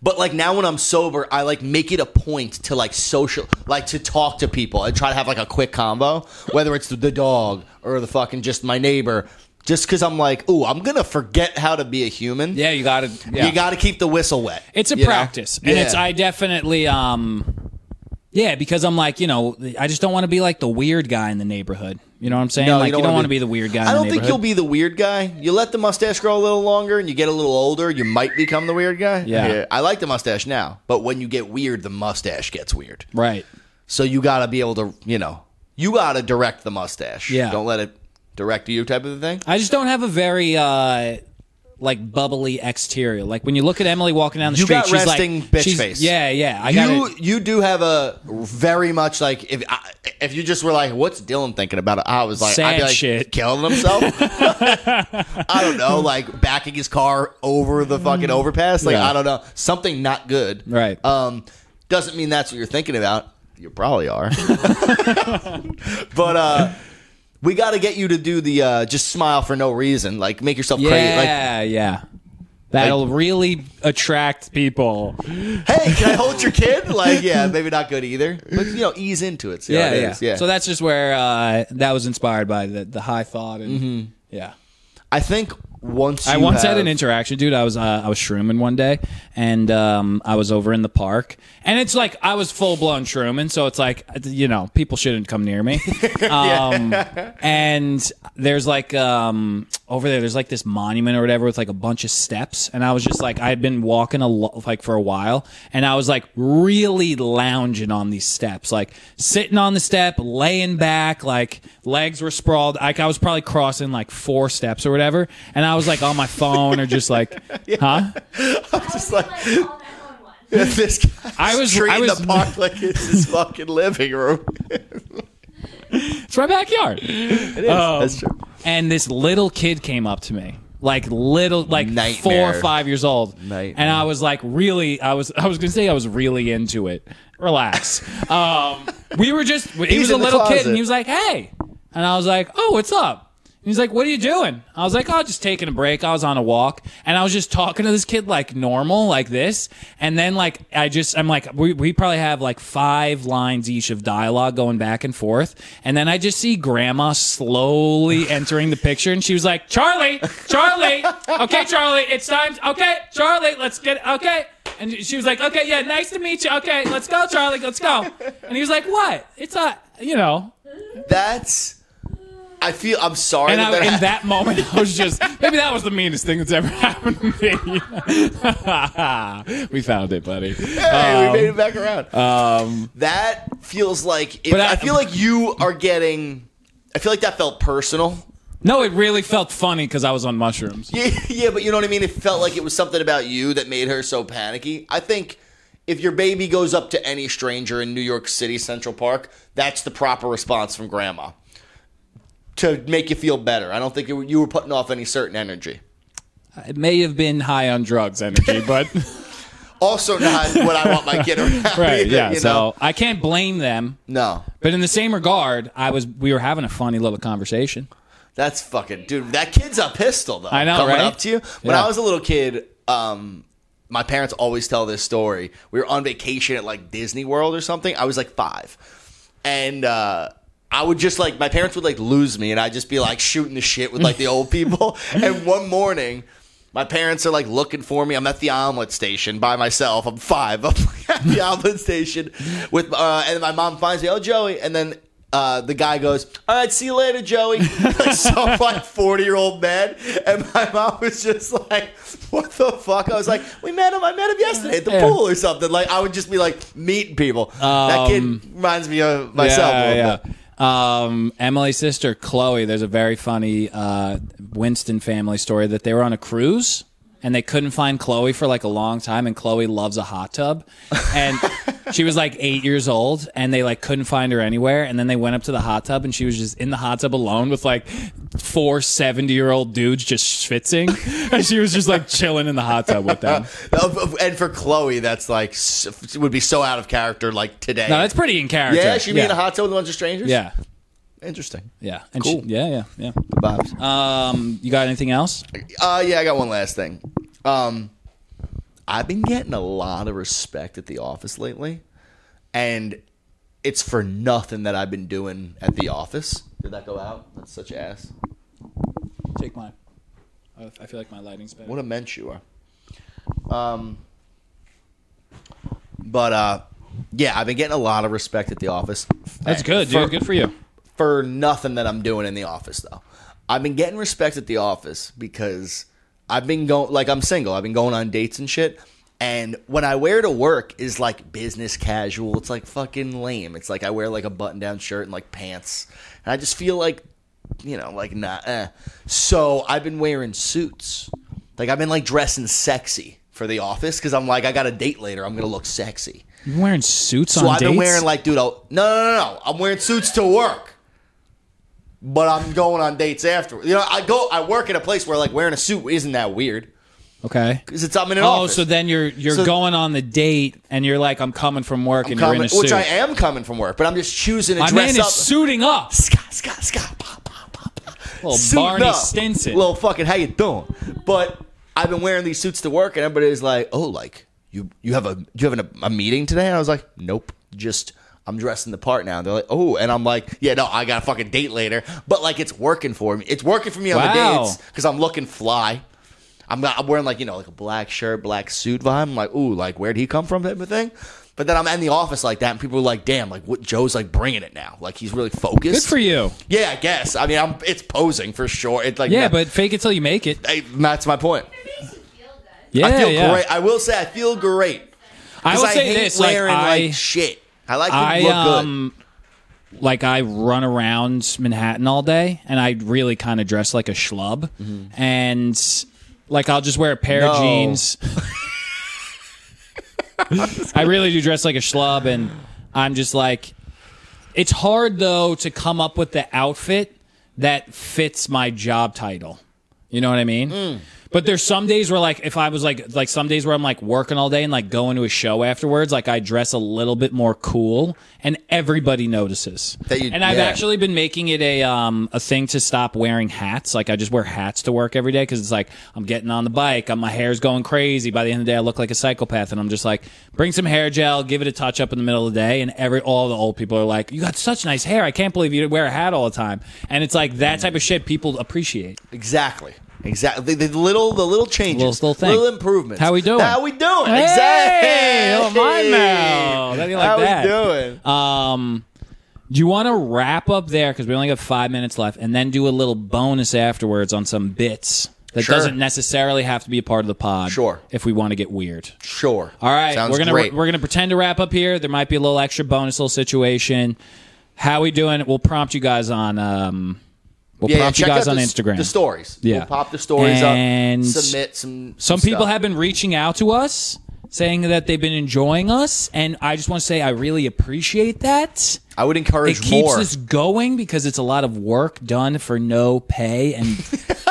Speaker 1: but like now when I'm sober, I like make it a point to like social, like to talk to people and try to have like a quick combo, whether it's the dog or the fucking just my neighbor, just because I'm like, ooh, I'm gonna forget how to be a human.
Speaker 2: yeah, you got to.
Speaker 1: You got to keep the whistle wet.
Speaker 2: It's a
Speaker 1: you know?
Speaker 2: practice, and it's
Speaker 1: Yeah.
Speaker 2: I definitely um Yeah, because I'm like, you know, I just don't want to be like the weird guy in the neighborhood. You know what I'm saying?
Speaker 1: No, you
Speaker 2: like
Speaker 1: don't
Speaker 2: you don't
Speaker 1: wanna
Speaker 2: want to
Speaker 1: be-
Speaker 2: be the weird guy.
Speaker 1: I
Speaker 2: in
Speaker 1: don't
Speaker 2: the
Speaker 1: think you'll
Speaker 2: neighborhood.
Speaker 1: be the weird guy. You let the mustache grow a little longer and you get a little older, you might become the weird guy.
Speaker 2: Yeah.
Speaker 1: I like the mustache now, but when you get weird, the mustache gets weird.
Speaker 2: right.
Speaker 1: So you got to be able to, you know, you got to direct the mustache.
Speaker 2: Yeah.
Speaker 1: Don't let it direct you type of thing.
Speaker 2: I just don't have a very uh like bubbly exterior. Like when you look at Emily walking down the
Speaker 1: You
Speaker 2: street,
Speaker 1: got
Speaker 2: she's like-
Speaker 1: resting bitch
Speaker 2: she's-
Speaker 1: face.
Speaker 2: Yeah, yeah. I
Speaker 1: you
Speaker 2: got
Speaker 1: you do have a very much like if I, if you just were like what's Dylan thinking about I was like I'd
Speaker 2: Sad
Speaker 1: be like
Speaker 2: shit.
Speaker 1: killing
Speaker 2: (laughs)
Speaker 1: himself (laughs) I don't know like backing his car over the fucking overpass like
Speaker 2: Mm. Yeah.
Speaker 1: I don't know something not good
Speaker 2: Right.
Speaker 1: um doesn't mean that's what you're thinking about you probably
Speaker 2: (laughs)
Speaker 1: are (laughs) but uh we got to get you to do the uh just smile for no reason like make yourself crazy like
Speaker 2: Yeah, yeah. That'll really attract people.
Speaker 1: hey, can I hold your kid? Like,
Speaker 2: (laughs)
Speaker 1: yeah, maybe not good either. But you know, ease into it. See how
Speaker 2: Yeah,
Speaker 1: it
Speaker 2: yeah.
Speaker 1: is. yeah.
Speaker 2: So that's just where uh, that was inspired by the the high thought and yeah.
Speaker 1: I think once
Speaker 2: I
Speaker 1: Mm-hmm. you
Speaker 2: once
Speaker 1: have- (laughs)
Speaker 2: had an interaction, dude. I was uh, I was shrooming one day, and um, I was over in the park, and it's like I was full blown shrooming, so it's like you know people shouldn't come
Speaker 1: (laughs)
Speaker 2: near me. Um, And there's like um, over there, there's like this monument or whatever with like a bunch of steps, and I was just like I had been walking a lo- like for a while, and I was like really lounging on these steps, like sitting on the step, laying back, like legs were sprawled. Like I was probably crossing like four steps or whatever, and I was like on my phone or just like, huh?
Speaker 1: just
Speaker 3: Just
Speaker 1: like-
Speaker 3: like, all that on
Speaker 2: (laughs)
Speaker 3: one. It's
Speaker 1: this guy
Speaker 2: I was-
Speaker 1: treating
Speaker 2: I was-
Speaker 1: the park like it's his fucking living room.
Speaker 2: It's my backyard.
Speaker 1: It is.
Speaker 2: Um,
Speaker 1: That's true.
Speaker 2: and this little kid came up to me like little like
Speaker 1: Nightmare.
Speaker 2: four or five years old
Speaker 1: Nightmare.
Speaker 2: and i was like really i was i was gonna say i was really into it
Speaker 1: (laughs)
Speaker 2: relax um we were just he was a
Speaker 1: in the
Speaker 2: little kid
Speaker 1: closet.
Speaker 2: and he was like hey and i was like oh what's up And He's like, "What are you doing?" I was like, "Oh, just taking a break. I was on a walk, and I was just talking to this kid like normal, like this." And then like I just, I'm like, we, we probably have like five lines each of dialogue going back and forth, and then I just see Grandma slowly entering the picture, and she was like, "Charlie, Charlie, okay, Charlie, it's time. Okay, Charlie, let's get okay." And she was like, "Okay, yeah, nice to meet you. Okay, let's go, Charlie, let's go." And he was like, "What? It's not, you know."
Speaker 1: That's. I feel. I'm sorry
Speaker 2: And
Speaker 1: that,
Speaker 2: I,
Speaker 1: that
Speaker 2: in
Speaker 1: happened.
Speaker 2: that moment, I was just maybe that was the meanest thing that's ever (laughs) happened to me. (laughs) we found it, buddy.
Speaker 1: Hey, we made
Speaker 2: Um,
Speaker 1: it back around.
Speaker 2: um,
Speaker 1: that feels like. If,
Speaker 2: But
Speaker 1: I,
Speaker 2: I-
Speaker 1: feel like you are getting. I feel like that felt personal.
Speaker 2: no, it really felt funny because I was on mushrooms.
Speaker 1: Yeah, (laughs) yeah, but you know what I mean. It felt like it was something about you that made her so panicky. I think if your baby goes up to any stranger in New York City Central Park, that's the proper response from grandma to make you feel better. I don't think it, you were putting off any certain energy.
Speaker 2: It may have been high on drugs energy, but (laughs)
Speaker 1: Also, not what I want my kid around.
Speaker 2: right,
Speaker 1: either,
Speaker 2: yeah.
Speaker 1: you
Speaker 2: So I can't blame them.
Speaker 1: know? no,
Speaker 2: But in the same regard, I was we were having a funny little conversation.
Speaker 1: That's fucking dude. That kid's a pistol though.
Speaker 2: I know,
Speaker 1: coming
Speaker 2: right?
Speaker 1: up to you. When
Speaker 2: Yeah.
Speaker 1: I was a little kid, um, my parents always tell this story. We were on vacation at like Disney World or something. I was like five, and uh, I would just like my parents would like lose me, and I'd just be like shooting the shit with like the old people. And one morning. My parents are like looking for me. I'm at the omelet station by myself. I'm five. (laughs) I'm at the omelet station with, uh, and my mom finds me. Oh, Joey! And then uh, the guy goes, "All right, see you later, Joey." (laughs) like some like forty-year-old man, and my mom was just like, "What the fuck?" I was like, "We met him. I met him yesterday at the
Speaker 2: Yeah.
Speaker 1: pool or something." Like I would just be like meeting people. that kid
Speaker 2: Um,
Speaker 1: reminds me of myself. a little bit.
Speaker 2: Um, Emily's sister Chloe. There's a very funny uh, Winston family story that they were on a cruise and they couldn't find Chloe for like a long time, and Chloe loves a hot tub,
Speaker 1: (laughs)
Speaker 2: and she was like eight years old, and they like couldn't find her anywhere, and then they went up to the hot tub, and she was just in the hot tub alone with like four 70 year old dudes just schwitzing, (laughs) and she was just like chilling in the hot tub
Speaker 1: (laughs)
Speaker 2: with them.
Speaker 1: Of- of- And for Chloe, that's like s- would be so out of character like today.
Speaker 2: No, that's pretty in character.
Speaker 1: yeah, she'd be in a hot tub with a bunch of strangers.
Speaker 2: Yeah,
Speaker 1: interesting.
Speaker 2: yeah, and
Speaker 1: Cool.
Speaker 2: she- yeah, yeah, yeah.
Speaker 1: Vibes.
Speaker 2: Um, you got anything else?
Speaker 1: Uh, yeah, I got one last thing. Um, I've been getting a lot of respect at the office lately, and it's for nothing that I've been doing at the office. Did that go out? That's such ass.
Speaker 2: Take mine. I I feel like my lighting's better.
Speaker 1: What a mensch you are. Um, but uh, yeah, I've been getting a lot of respect at the office.
Speaker 2: That's good, dude. good for you.
Speaker 1: for nothing that I'm doing in the office though. I've been getting respect at the office because I've been going like I'm single. I've been going on dates and shit. And what I wear to work is like business casual. It's like fucking lame. It's like I wear like a button down shirt and like pants. And I just feel like you know, like not eh. So I've been wearing suits. Like I've been like dressing sexy for the office because I'm like I got a date later. I'm gonna look sexy.
Speaker 2: You're wearing suits
Speaker 1: So
Speaker 2: on
Speaker 1: I've
Speaker 2: dates.
Speaker 1: been wearing like, dude, I'll, no, no, no, no. I'm wearing suits to work, but I'm going on dates afterwards. You know, I go, I work at a place where like wearing a suit isn't that weird
Speaker 2: okay.
Speaker 1: because it's I'm in an
Speaker 2: Oh,
Speaker 1: office.
Speaker 2: so then you're you're
Speaker 1: So-
Speaker 2: going on the date and you're like, I'm coming from work and
Speaker 1: coming,
Speaker 2: you're in a suit.
Speaker 1: which I am coming from work, but I'm just choosing to
Speaker 2: My man
Speaker 1: dress
Speaker 2: is
Speaker 1: up.
Speaker 2: suiting up.
Speaker 1: Scott, Scott, Scott, pop, pop, pop, pop.
Speaker 2: Little
Speaker 1: Suit
Speaker 2: Barney
Speaker 1: up.
Speaker 2: Stinson.
Speaker 1: Little fucking, how you doing? But I've been wearing these suits to work, and everybody's like, "Oh, like you, you have a, you having a, a meeting today?" And I was like, "Nope, just." I'm dressing the part now. And they're like, oh, and I'm like, yeah, no, I got a fucking date later. But like, it's working for me. It's working for me on
Speaker 2: Wow.
Speaker 1: the dates because I'm looking fly. I'm not, I'm wearing like you know like a black shirt, black suit vibe. I'm like, ooh, like where'd he come from type of thing. But then I'm in the office like that, and people are like, damn, like what Joe's like bringing it now. Like he's really
Speaker 2: Good
Speaker 1: focused.
Speaker 2: for you.
Speaker 1: Yeah, I guess. I mean, I'm it's posing for sure. It's like
Speaker 2: Yeah,
Speaker 1: that-
Speaker 2: but fake it till you make it.
Speaker 1: I- that's my point.
Speaker 3: It makes you feel good.
Speaker 2: Yeah,
Speaker 1: I feel
Speaker 2: yeah.
Speaker 1: great. I will say I feel great.
Speaker 2: I
Speaker 1: 'Cause
Speaker 2: will say
Speaker 1: hate
Speaker 2: this: like
Speaker 1: wearing like,
Speaker 2: I,
Speaker 1: shit. I like to
Speaker 2: I
Speaker 1: look
Speaker 2: um, like I run around Manhattan all day, and I really kind of dress like a schlub, and like I'll just wear a pair of
Speaker 1: No.
Speaker 2: jeans. (laughs) I really do dress like a schlub, and I'm just like, it's hard though to come up with the outfit that fits my job title. You know what I mean?
Speaker 1: Mm.
Speaker 2: But there's some days where like if I was like like some days where I'm like working all day and like going to a show afterwards, like I dress a little bit more cool and everybody notices.
Speaker 1: That you-
Speaker 2: and I've
Speaker 1: yeah.
Speaker 2: actually been making it a um a thing to stop wearing hats. Like I just wear hats to work every day because it's like I'm getting on the bike, i my hair's going crazy. By the end of the day, I look like a psychopath, and I'm just like, bring some hair gel, give it a touch up in the middle of the day, and every all the old people are like, you got such nice hair. I can't believe you wear a hat all the time. And it's like that type of shit people appreciate.
Speaker 1: good. Exactly. Exactly. The, the little the little changes.
Speaker 2: Little- little thing.
Speaker 1: improvements.
Speaker 2: How we doing?
Speaker 1: How we doing?
Speaker 2: Hey,
Speaker 1: exactly.
Speaker 2: oh, my mouth. How do you like
Speaker 1: How
Speaker 2: that?
Speaker 1: we doing?
Speaker 2: Um, do you want to wrap up there because we only got five minutes left, and then do a little bonus afterwards on some bits that
Speaker 1: Sure.
Speaker 2: doesn't necessarily have to be a part of the pod.
Speaker 1: Sure.
Speaker 2: if we want to get weird.
Speaker 1: sure.
Speaker 2: All right,
Speaker 1: Sounds
Speaker 2: we're gonna
Speaker 1: great.
Speaker 2: we're gonna pretend to wrap up here. There might be a little extra bonus, little situation. How we doing? We'll prompt you guys on. Um, we'll
Speaker 1: yeah, yeah,
Speaker 2: prompt
Speaker 1: check
Speaker 2: you
Speaker 1: out
Speaker 2: guys on
Speaker 1: the,
Speaker 2: Instagram.
Speaker 1: The stories.
Speaker 2: Yeah.
Speaker 1: We'll pop the stories
Speaker 2: And
Speaker 1: up. Submit some.
Speaker 2: Some people
Speaker 1: stuff.
Speaker 2: have been reaching out to us saying that they've been enjoying us, and I just want to say I really appreciate that.
Speaker 1: I would encourage
Speaker 2: it keeps
Speaker 1: more.
Speaker 2: this going because it's a lot of work done for no
Speaker 1: (laughs)
Speaker 2: pay and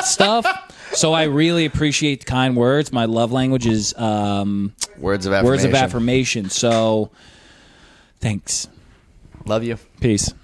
Speaker 2: stuff. So I really appreciate the kind words. My love language is um,
Speaker 1: words of affirmation.
Speaker 2: words of affirmation. So thanks.
Speaker 1: Love you.
Speaker 2: Peace.